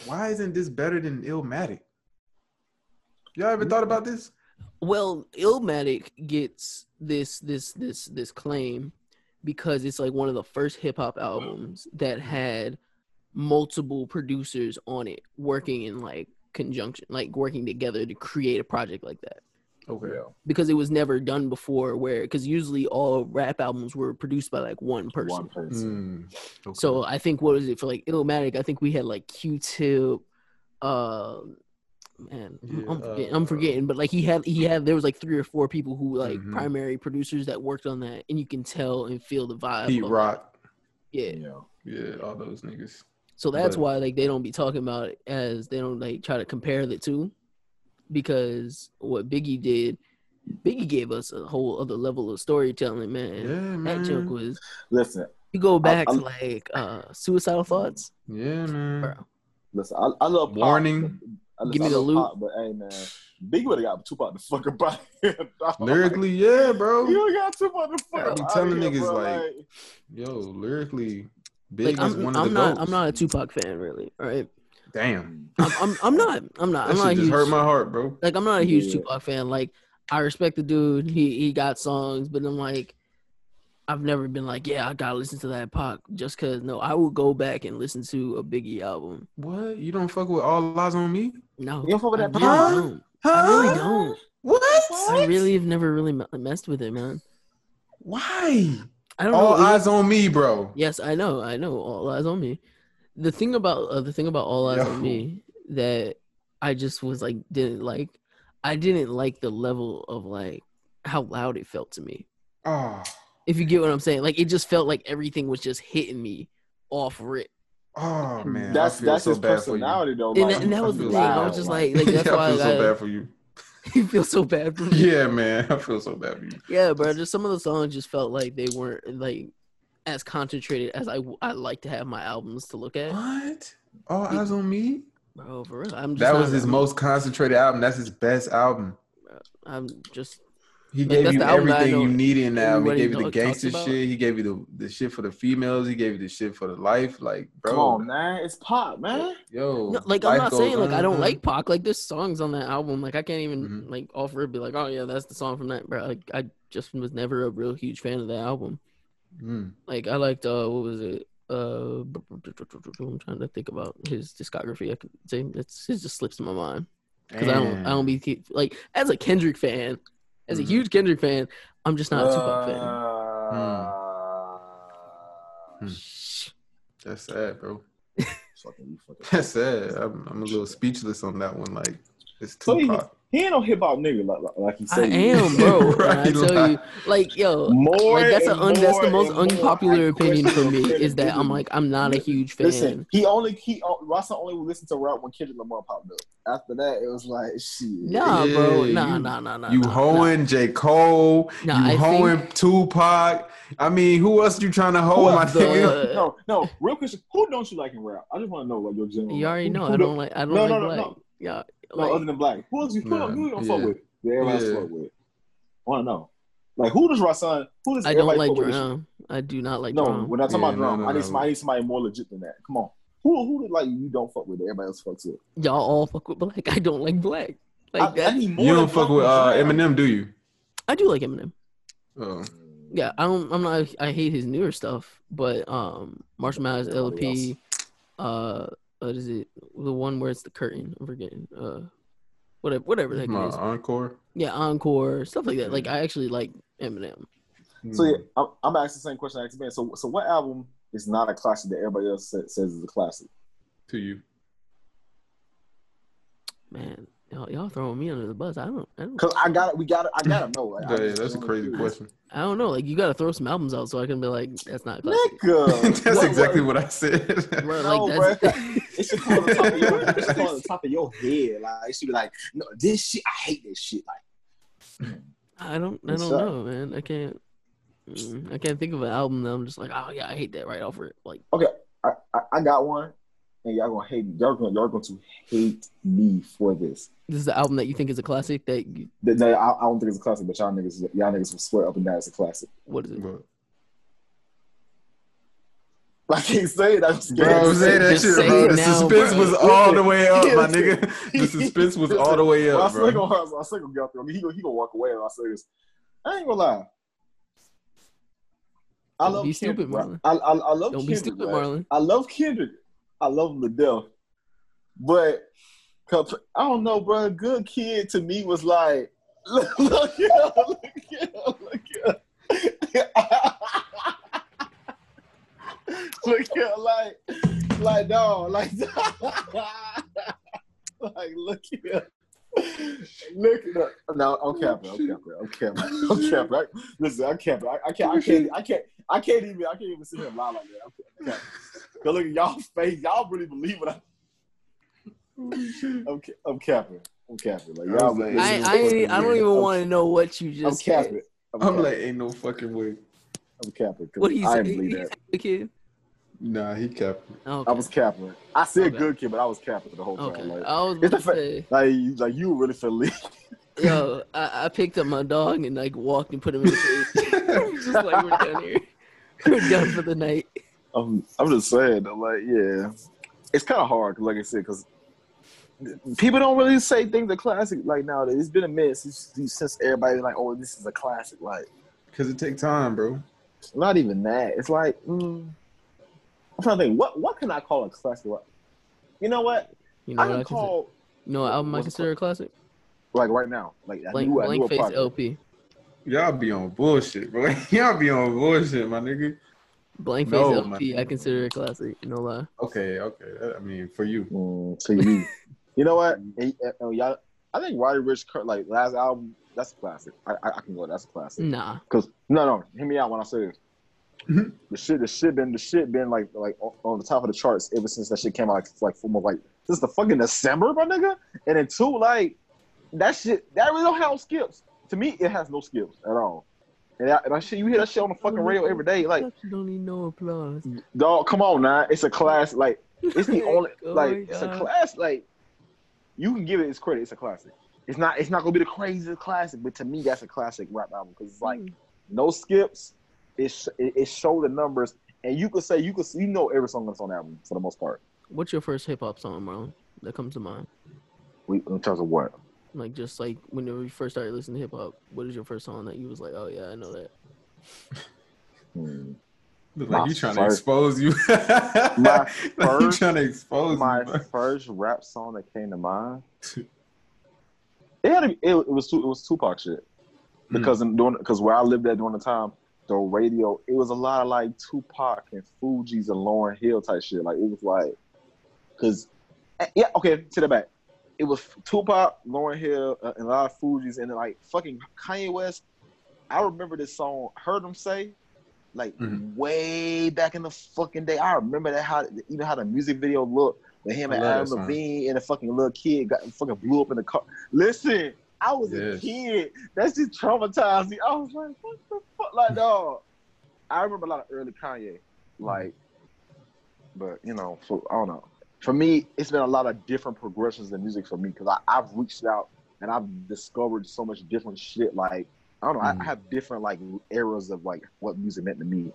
why isn't this better than Illmatic? Y'all ever thought about this? Well, Illmatic gets this this this this claim because it's like one of the first hip hop albums that had multiple producers on it working in like conjunction, like working together to create a project like that. Okay. Yeah. Because it was never done before, where because usually all rap albums were produced by like one person. One person. Mm, okay. So I think what is it for like Illmatic? I think we had like Q-Tip. Uh, man, I'm- I'm, Yeah, forgetting, uh, I'm forgetting. But like he had, he had. There was like three or four people who like Mhm. primary producers that worked on that, and you can tell and feel the vibe. Pete of- Rock. yeah. Yeah. Yeah, all those niggas. So that's But- why like they don't be talking about it as they don't like try to compare the two, because what Biggie did, Biggie gave us a whole other level of storytelling, Yeah, man. man. That joke was. Listen, You go back to I'm- like uh suicidal thoughts, yeah, man. bro. listen. I, I love pop. Warning. I listen, Give me I the love loot. Pop, but hey, man, Biggie would have got Tupac the fuck up out here. dog. Lyrically, yeah, bro. Like, you got Tupac the fuck Yeah, up I'm outta telling here, niggas, bro, like- Yo, lyrically, Big Like is one of I'm, I'm the not, goats. I'm not a Tupac fan, really. All right, Damn, I'm, I'm, <laughs> I'm not, I'm not, that I'm shit not a just huge. hurt my heart, bro. Like I'm not a huge Yeah. Tupac fan. Like I respect the dude. He he got songs, but I'm like, I've never been like, yeah, I gotta listen to that Pac just cause. No, I will go back and listen to a Biggie album. What? You don't fuck with all eyes on me? No, You don't fuck with I that really Pac? don't. I really don't. What? I really have never really me- messed with it, man. Why? I don't All know. It was- eyes on me, bro. Yes, I know. I know. All eyes on me. The thing about uh, the thing about all eyes Yo. on me that I just was like didn't like. I didn't like the level of like how loud it felt to me. Oh, If you get what I'm saying, like it just felt like everything was just hitting me off rip. oh Hmm. man, That's I feel that's so his bad personality though. And like, that- and that he- was he the feel thing. I loud, was just <laughs> like, like that's yeah, I why feel like, so I bad for you. <laughs> you feel so bad for me. Yeah, man, I feel so bad for <laughs> you. Yeah, bro. Just some of the songs just felt like they weren't like as concentrated as I I like to have my albums to look at. What? All eyes on me? Bro, for real, I'm just That not- was his I'm- most concentrated album. That's his best album. I'm just He Like, gave that's you the album that I everything you know needed in the album. He everybody gave you the talk- gangster talks about. shit. He gave you the, the shit for the females. He gave you the shit for the life. Like, bro, Come on, man, it's pop, man. yo, No, like I'm life not goes saying like I on, don't man. like Pac. Like there's songs on that album. Like I can't even Mhm. like offer it be like, oh yeah, that's the song from that. Bro, like I just was never a real huge fan of that album. Mm. Like I liked uh what was it? Uh, I'm trying to think about his discography. I could say it's it just slips in my mind because I don't I don't be keep- like as a Kendrick fan, as a Mhm. huge Kendrick fan, I'm just not a Tupac fan. Hmm. Uh, Hmm. Shh. That's sad, bro. <laughs> hmm. Fucking, you fucking. That's sad. I'm, I'm a little speechless on that one. Like, it's So he- Tupac. He ain't no hip hop nigga like, like, like he I said. he am, is. bro. <laughs> Right, I tell like- you, like yo, <laughs> More like that's and a un- that's the more most and more, unpopular I opinion for question me your is that I'm credibility. like I'm not a huge fan. Listen, he only he oh, Russell only would listen to rap when Kendrick Lamar popped up. After that, it was like shit. nah, bro, Yeah, nah, you- nah, nah, nah. You nah, hoeing J. Cole. Nah, you I hoeing Tupac. I mean, who else you trying to hoe, my else the- nigga? <laughs> No, no, real question. Who don't you like in rap? I just want to know like your Nah. general. <laughs> You already who- know who I don't like I don't No, like no, no, black. no. Yeah, No, like, other than black, who else you who, Nah, don't- who you don't yeah. fuck with? That everybody else Yeah. fuck with. I want to know. Like who does Rasan? Who does I don't everybody like fuck with? this drum. I do not like No, drum. we're not talking Yeah, about no, drum. no, I need no. somebody, I need somebody more legit than that. Come on. Who who did like you don't fuck with that everybody else fucks with? Y'all all fuck with black. <laughs> I don't like black. Like I, that. I need more You than don't fuck Black with uh, and Drum. Eminem, do you? I do like Eminem. Oh. Yeah, I don't. I'm not. I hate his newer stuff, but um, Marshall Mathers Everybody LP. Uh, what is it? The one where it's the curtain. I'm forgetting. Uh, whatever. Whatever the heck My it is. encore. Yeah, encore stuff like that. Like I actually like Eminem. So Mm, yeah, I'm, I'm asking the same question I asked Ben. So so what album is not a classic that everybody else sa- says is a classic? To you. Man, y'all, y'all throwing me under the bus. I don't. I don't. Cause I got to We got to I gotta know. Like, Yeah, I'm yeah, just that's a really crazy curious. question. I don't know. Like you got to throw some albums out so I can be like, that's not classic. Nigga, <laughs> that's What- exactly what- what I said. <laughs> Bro, No, like that's. <laughs> It should come on the top of your. It should come on the top of your head. Like it should be like, no, this shit. I hate this shit. Like I don't. I Yes, don't sir. know, man. I can't. mm, I can't think of an album that I'm just like, oh yeah, I hate that right off rip. Like I, I, I got one, and y'all gonna hate me. Y'all gonna y'all going to hate me for this. this is the album that you think is a classic that you, The- the- I, I don't think it's a classic, but y'all niggas y'all niggas will swear up and down it's a classic. <laughs> what is it? Bro, I can't say it. I'm scared. bro to say it. <laughs> that Just shit, say bro. it The now, suspense bro. was all the way up, my Listen. nigga. The suspense was all the way Well, I up, still <laughs> bro. gonna I still gonna get out there. He gonna he gonna walk away. And I say this. I ain't gonna lie. I Don't love be Kendrick. stupid, right? Marlon. I, I, I love Don't be Kendrick. stupid, right? Marlon. I love Kendrick. I love him to death. But comp- I don't know, bro. Good kid to me was like, <laughs> look, look, here, look, here, look, here. look, here, like, like, dog, like, <laughs> like, look here. Look, look, no, I'm capping, I'm capping, I'm capping, I'm capping. I, listen, I'm capping. I, I can't, I can't, I can't, I can't even, I can't even sit here and lie like that. I'm capping. I'm capping. 'Cause look at y'all's face, y'all <laughs> really believe what I I'm, ca- I'm capping. I'm capping. Like y'all, I- really- I, I, ain't- I don't even want to know what you I'm just capping. said. I'm, I'm capping. like, ain't no fucking way. I'm capping. 'cause What he I said? <laughs> didn't believe He that. said the kid. Nah, he kept. it. Okay. I was capping. I said Okay. good kid, but I was capping the whole time. okay. Like, I was it's about a to fa- say, like, you- like <laughs> you really feel league. yo, I, I picked up my dog and like walked and put him in the <laughs> cage. <laughs> Just like we're done here. We're done for the night. I'm, I'm just saying, though, like, yeah, it's kind of hard, 'cause like I said, because people don't really say things are classic like nowadays. It's been a minute since, since everybody's like, oh, this is a classic. Like, <laughs> Cause it take time, bro. not even that. It's like, mm, I'm trying to think, what what can I call a classic? Like, you know what? You know I what can I consider? call You know what album I what's it consider a classic? like right now, like I Blank, knew, I knew blank a face oh. project. LP. Y'all be on bullshit, bro. <laughs> Y'all be on bullshit, my nigga. Blank face No, LP. I consider it a classic. No lie. Okay, okay. That- I mean, for you. Mm, to you. you know what? Eh, eh, oh, y'all, I think Roddy Rich, Kurt, like last album, that's a classic. I, I, I can go. That's a classic. Nah. Cause no, no, hear me out when I say this. Mhm. the shit, the shit been, the shit been like, like on, on the top of the charts ever since that shit came out. Like, like from like since the fucking December, my nigga. And then two, like that shit, that really don't have no skips. To me, it has no skips at all. And that, and that shit, you hear that shit on the fucking radio every day. Like, you don't need no applause. dog, come on, now, it's a class. Like, <laughs> it's the only Oh like my it's a God. class like you can give it its credit. It's a classic. It's not it's not gonna be the craziest classic, but to me that's a classic rap album because it's like no skips. It, sh- it it show the numbers, and you could say you could you know every song that's on the album for the most part. What's your first hip hop song, Marlon, that comes to mind? We, in terms of what Like just like whenever you first started listening to hip hop, what is your first song that you was like, oh yeah, I know that. Hmm. Look My like you trying to first- expose you. <laughs> my like you first- trying to expose my me. bro. <laughs> first rap song that came to mind. It had to be, it, it was Tu- it was Tupac shit Hmm. because in during because where I lived at during the time the radio it was a lot of like Tupac and Fuji's and Lauren Hill type shit like it was like because yeah okay to the back it was Tupac Lauren Hill uh, and a lot of Fuji's and like fucking Kanye West I remember this song heard him say like Mhm. way back in the fucking day I remember that how even how the music video looked with him I and love that Adam song. Levine and the fucking little kid got fucking blew up in the car listen. I was Yes. a kid. That's just traumatized me. I was like, what the fuck? Like, dog. I remember a lot of early Kanye. Like, but you know, for, I don't know. For me, it's been a lot of different progressions in music for me because I've reached out and I've discovered so much different shit. Like, I don't know. I, Mhm. I have different like eras of like what music meant to me.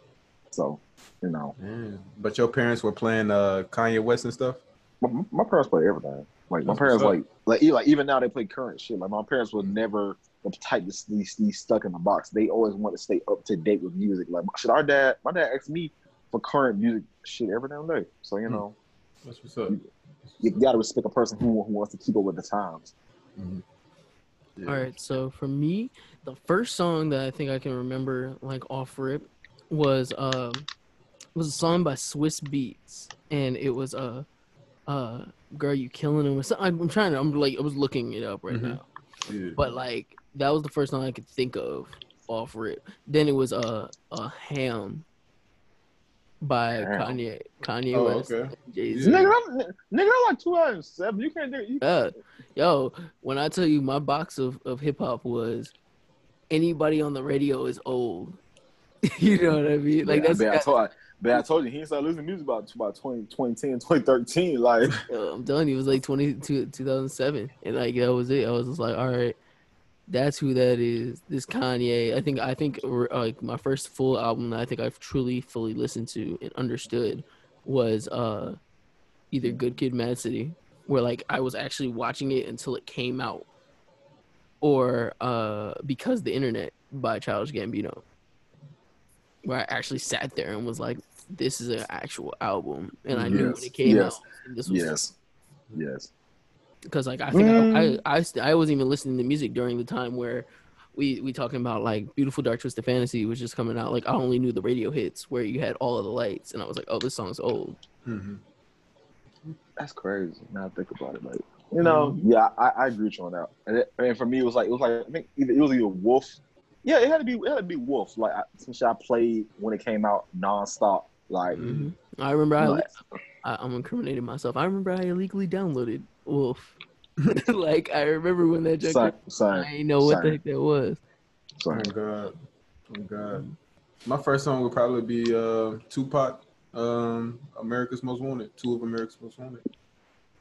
So, you know, Yeah. But your parents were playing uh, Kanye West and stuff. my, my parents play everything. Like my That's parents, what's like like e- like even now they play current shit. Like my parents were never the type to stay, stay stuck in the box. They always want to stay up to date with music. Like my- shit, our dad, my dad asked me for current music shit every damn day. So you Hmm. know, That's what's up. you gotta respect a person who who wants to keep up with the times. Mhm. Yeah. All right, so for me, the first song that I think I can remember like off rip was um was a song by Swiss Beats, and it was uh uh girl you killing him. So I'm I'm trying to I'm like I was looking it up right Mhm. now, Yeah. but like that was the first song I could think of off rip. Then it was uh a ham by Ham. Kanye Kanye Oh, West okay. Jay Z. Yeah. Nigga, I'm, nigga, I'm like two hundred seven. You can't do. You, Yeah. Yo, when I tell you my box of, of hip hop was anybody on the radio is old. <laughs> you know what I mean? Like Yeah, that's but I told, but I told you he ain't started listening to music about about 20, 2010, 2013. Like uh, I'm telling you, it was like 20, two- 2007. And like that was it. I was just like, all right, that's who that is. This Kanye. I think I think uh, like my first full album that I think I've truly fully listened to and understood was uh either Good Kid Mad City, where like I was actually watching it until it came out. Or uh Because the Internet by Childish Gambino. Where I actually sat there and was like, this is an actual album. And I knew when Yes, it came yes, out. This was yes, yes. because like I think Mm. I, I I st- I wasn't even listening to music during the time where we we talking about like beautiful dark twisted fantasy was just coming out. Like I only knew the radio hits where you had all of the lights, and I was like, oh, this song's old. Mhm. That's crazy. Now I think about it, like you know, yeah, I, I agree with you on that. And, it, and for me, it was like it was like I think either, it was either Wolf. Yeah, it had to be it had to be Wolf. Like I, some shit I played when it came out nonstop. Like, hmm Mm-hmm. I remember I, like, I I'm incriminating myself. I remember I illegally downloaded <laughs> Wolf. <laughs> like I remember when that joke. son, I son, didn't know what the Sorry. heck that was. Oh son. Um, God. Oh God. My first song would probably be uh, Tupac. um, America's Most Wanted, two of America's Most Wanted.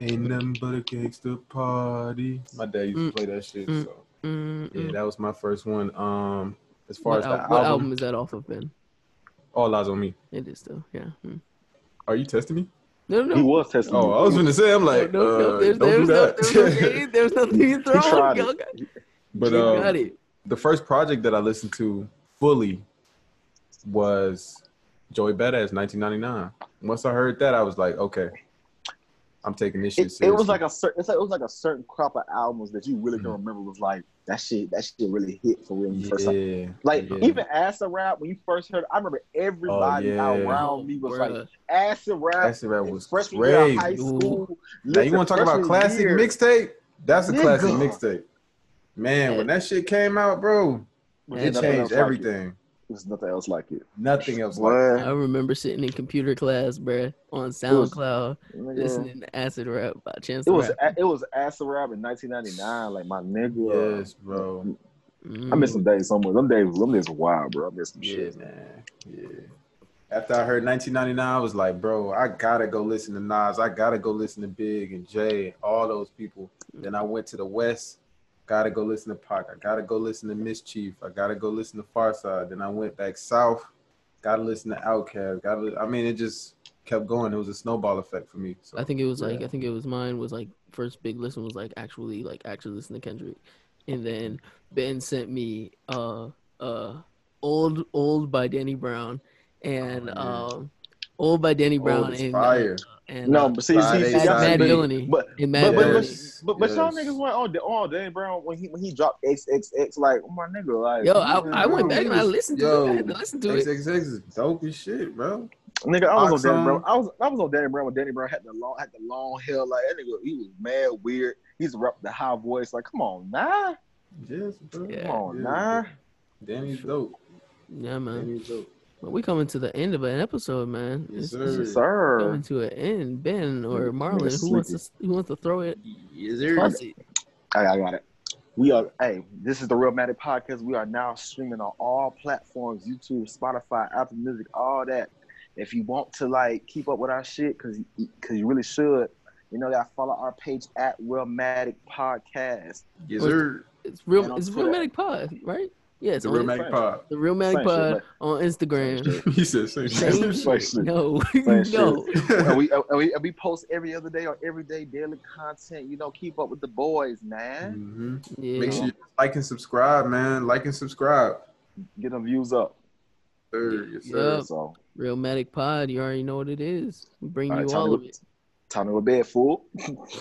Ain't nothing but a gangster party. My dad used to Mm. play that shit. Mm. So Mm, yeah, mm. that was my first one. Um, as far What, as the al- album, what album is that off of, Ben? all eyes on me. It is though, yeah. Mm. Are you testing me? No, He no, was testing. Oh, me. I was gonna say, I'm no, like, no, no. uh, There's, don't do there's, no, there's, <laughs> no that. shade. there's nothing you throw. tried Y'all it. got, but you um, got it. the first project that I listened to fully was Joey Badass 1999. Once I heard that, I was like, okay, I'm taking this shit it, seriously. it was like a certain. It's like, it was like a certain crop of albums that you really can Mhm. remember was like that shit. That shit really hit for real. When you first heard. yeah, Like yeah. Oh, even acid rap when you first heard. it, I remember everybody yeah. around me was like Oh, Bruh. acid rap. Acid rap was freshman year of crazy. high school. Now you Listen, want to talk about freshman classic year- mixtape? That's a classic Nigga. mixtape. Man, when that shit came out, bro, There's it That's- nothing else changed like it. everything. There's nothing else like it. Nothing else like Boy, I remember sitting in computer class, bruh, on Eh. was- SoundCloud, nigga. listening to acid rap by Chance It the was Rapper. a- it was acid rap in 1999. Like my nigga. Yes, bro. Mm. I miss some days somewhere. Them days, them days were wild, bro. I miss some Yeah, shit. man. Yeah. After I heard 1999, I was like, bro, I gotta go listen to Nas. I gotta go listen to Big and Jay and all those people. Then I went to the West. Gotta go listen to Pac. I gotta go listen to Mischief. I gotta go listen to Farside. Then I went back south. Gotta listen to Outkast. Gotta. li- I mean, it just kept going. It was a snowball effect for me. So I think it was like yeah. I think it was mine was like first big listen was like actually like actually listen to Kendrick, and then Ben sent me uh uh old old by Danny Brown, and Oh, yeah. um old by Danny Old Brown is and uh, fire. and No, uh, but see, see, Friday, see Mad, y'all- Saturday. Mad but- Villainy But and Mad but, but, but, Villainy. Yes, but, but yes. y'all niggas went on the on Danny Brown when he when he dropped XXX like oh my nigga like Yo, I, man, I went Bro, back he and I was- listened to it. I had to yo, listen to it. XXX is dope as shit, bro. nigga I was Ox on Danny on. Brown I was I was on Danny Brown when Danny Brown had the long had the long hair like that nigga he was mad weird he's rap the high voice like come on nah Yes, bro. Yeah. come on Yeah, nah bro. Danny's dope. Yeah, man. Danny's dope. But we coming to the end of an episode, man. Yes, It's- it's sir. sir coming to an end. Ben or Nigga- nigga Marlon, who wants to who wants to throw it? Yes, Toss it. I, I got it we are hey this is the Real Matic podcast we are now streaming on all platforms YouTube Spotify Apple Music all that if you want to like keep up with our shit, cause you- cause you really should, you know, y'all follow our page at Realmatic Podcast. Yes, What's- sir. It's And real. on It's Twitter. real Matic Pod, right? Yeah, it's The on real Inst- Mac Pop. <laughs> the real Same Matic shit, Pod man. on Instagram. Same he said same shit. Same Same <laughs> shit. shit. <laughs> No, Same shit. <laughs> no. and we and we, and we post every other day on everyday daily content. You know, keep up with the boys, man. hmm Make sure Yeah. you like and subscribe, man. Like and subscribe. Mm-hmm. Get them views up. Sir, yes, sir. Yup. So Real Matic Pod. You already know what it is. We bring all right, you time all to of go, it. <laughs> time to go to bed, fool.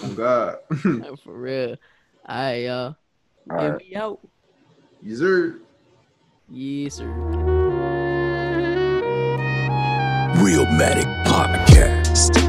On God. <laughs> Nah, For real. I uh. And Alright. we out. yes, sir. Yes, sir. Real Matic Podcast.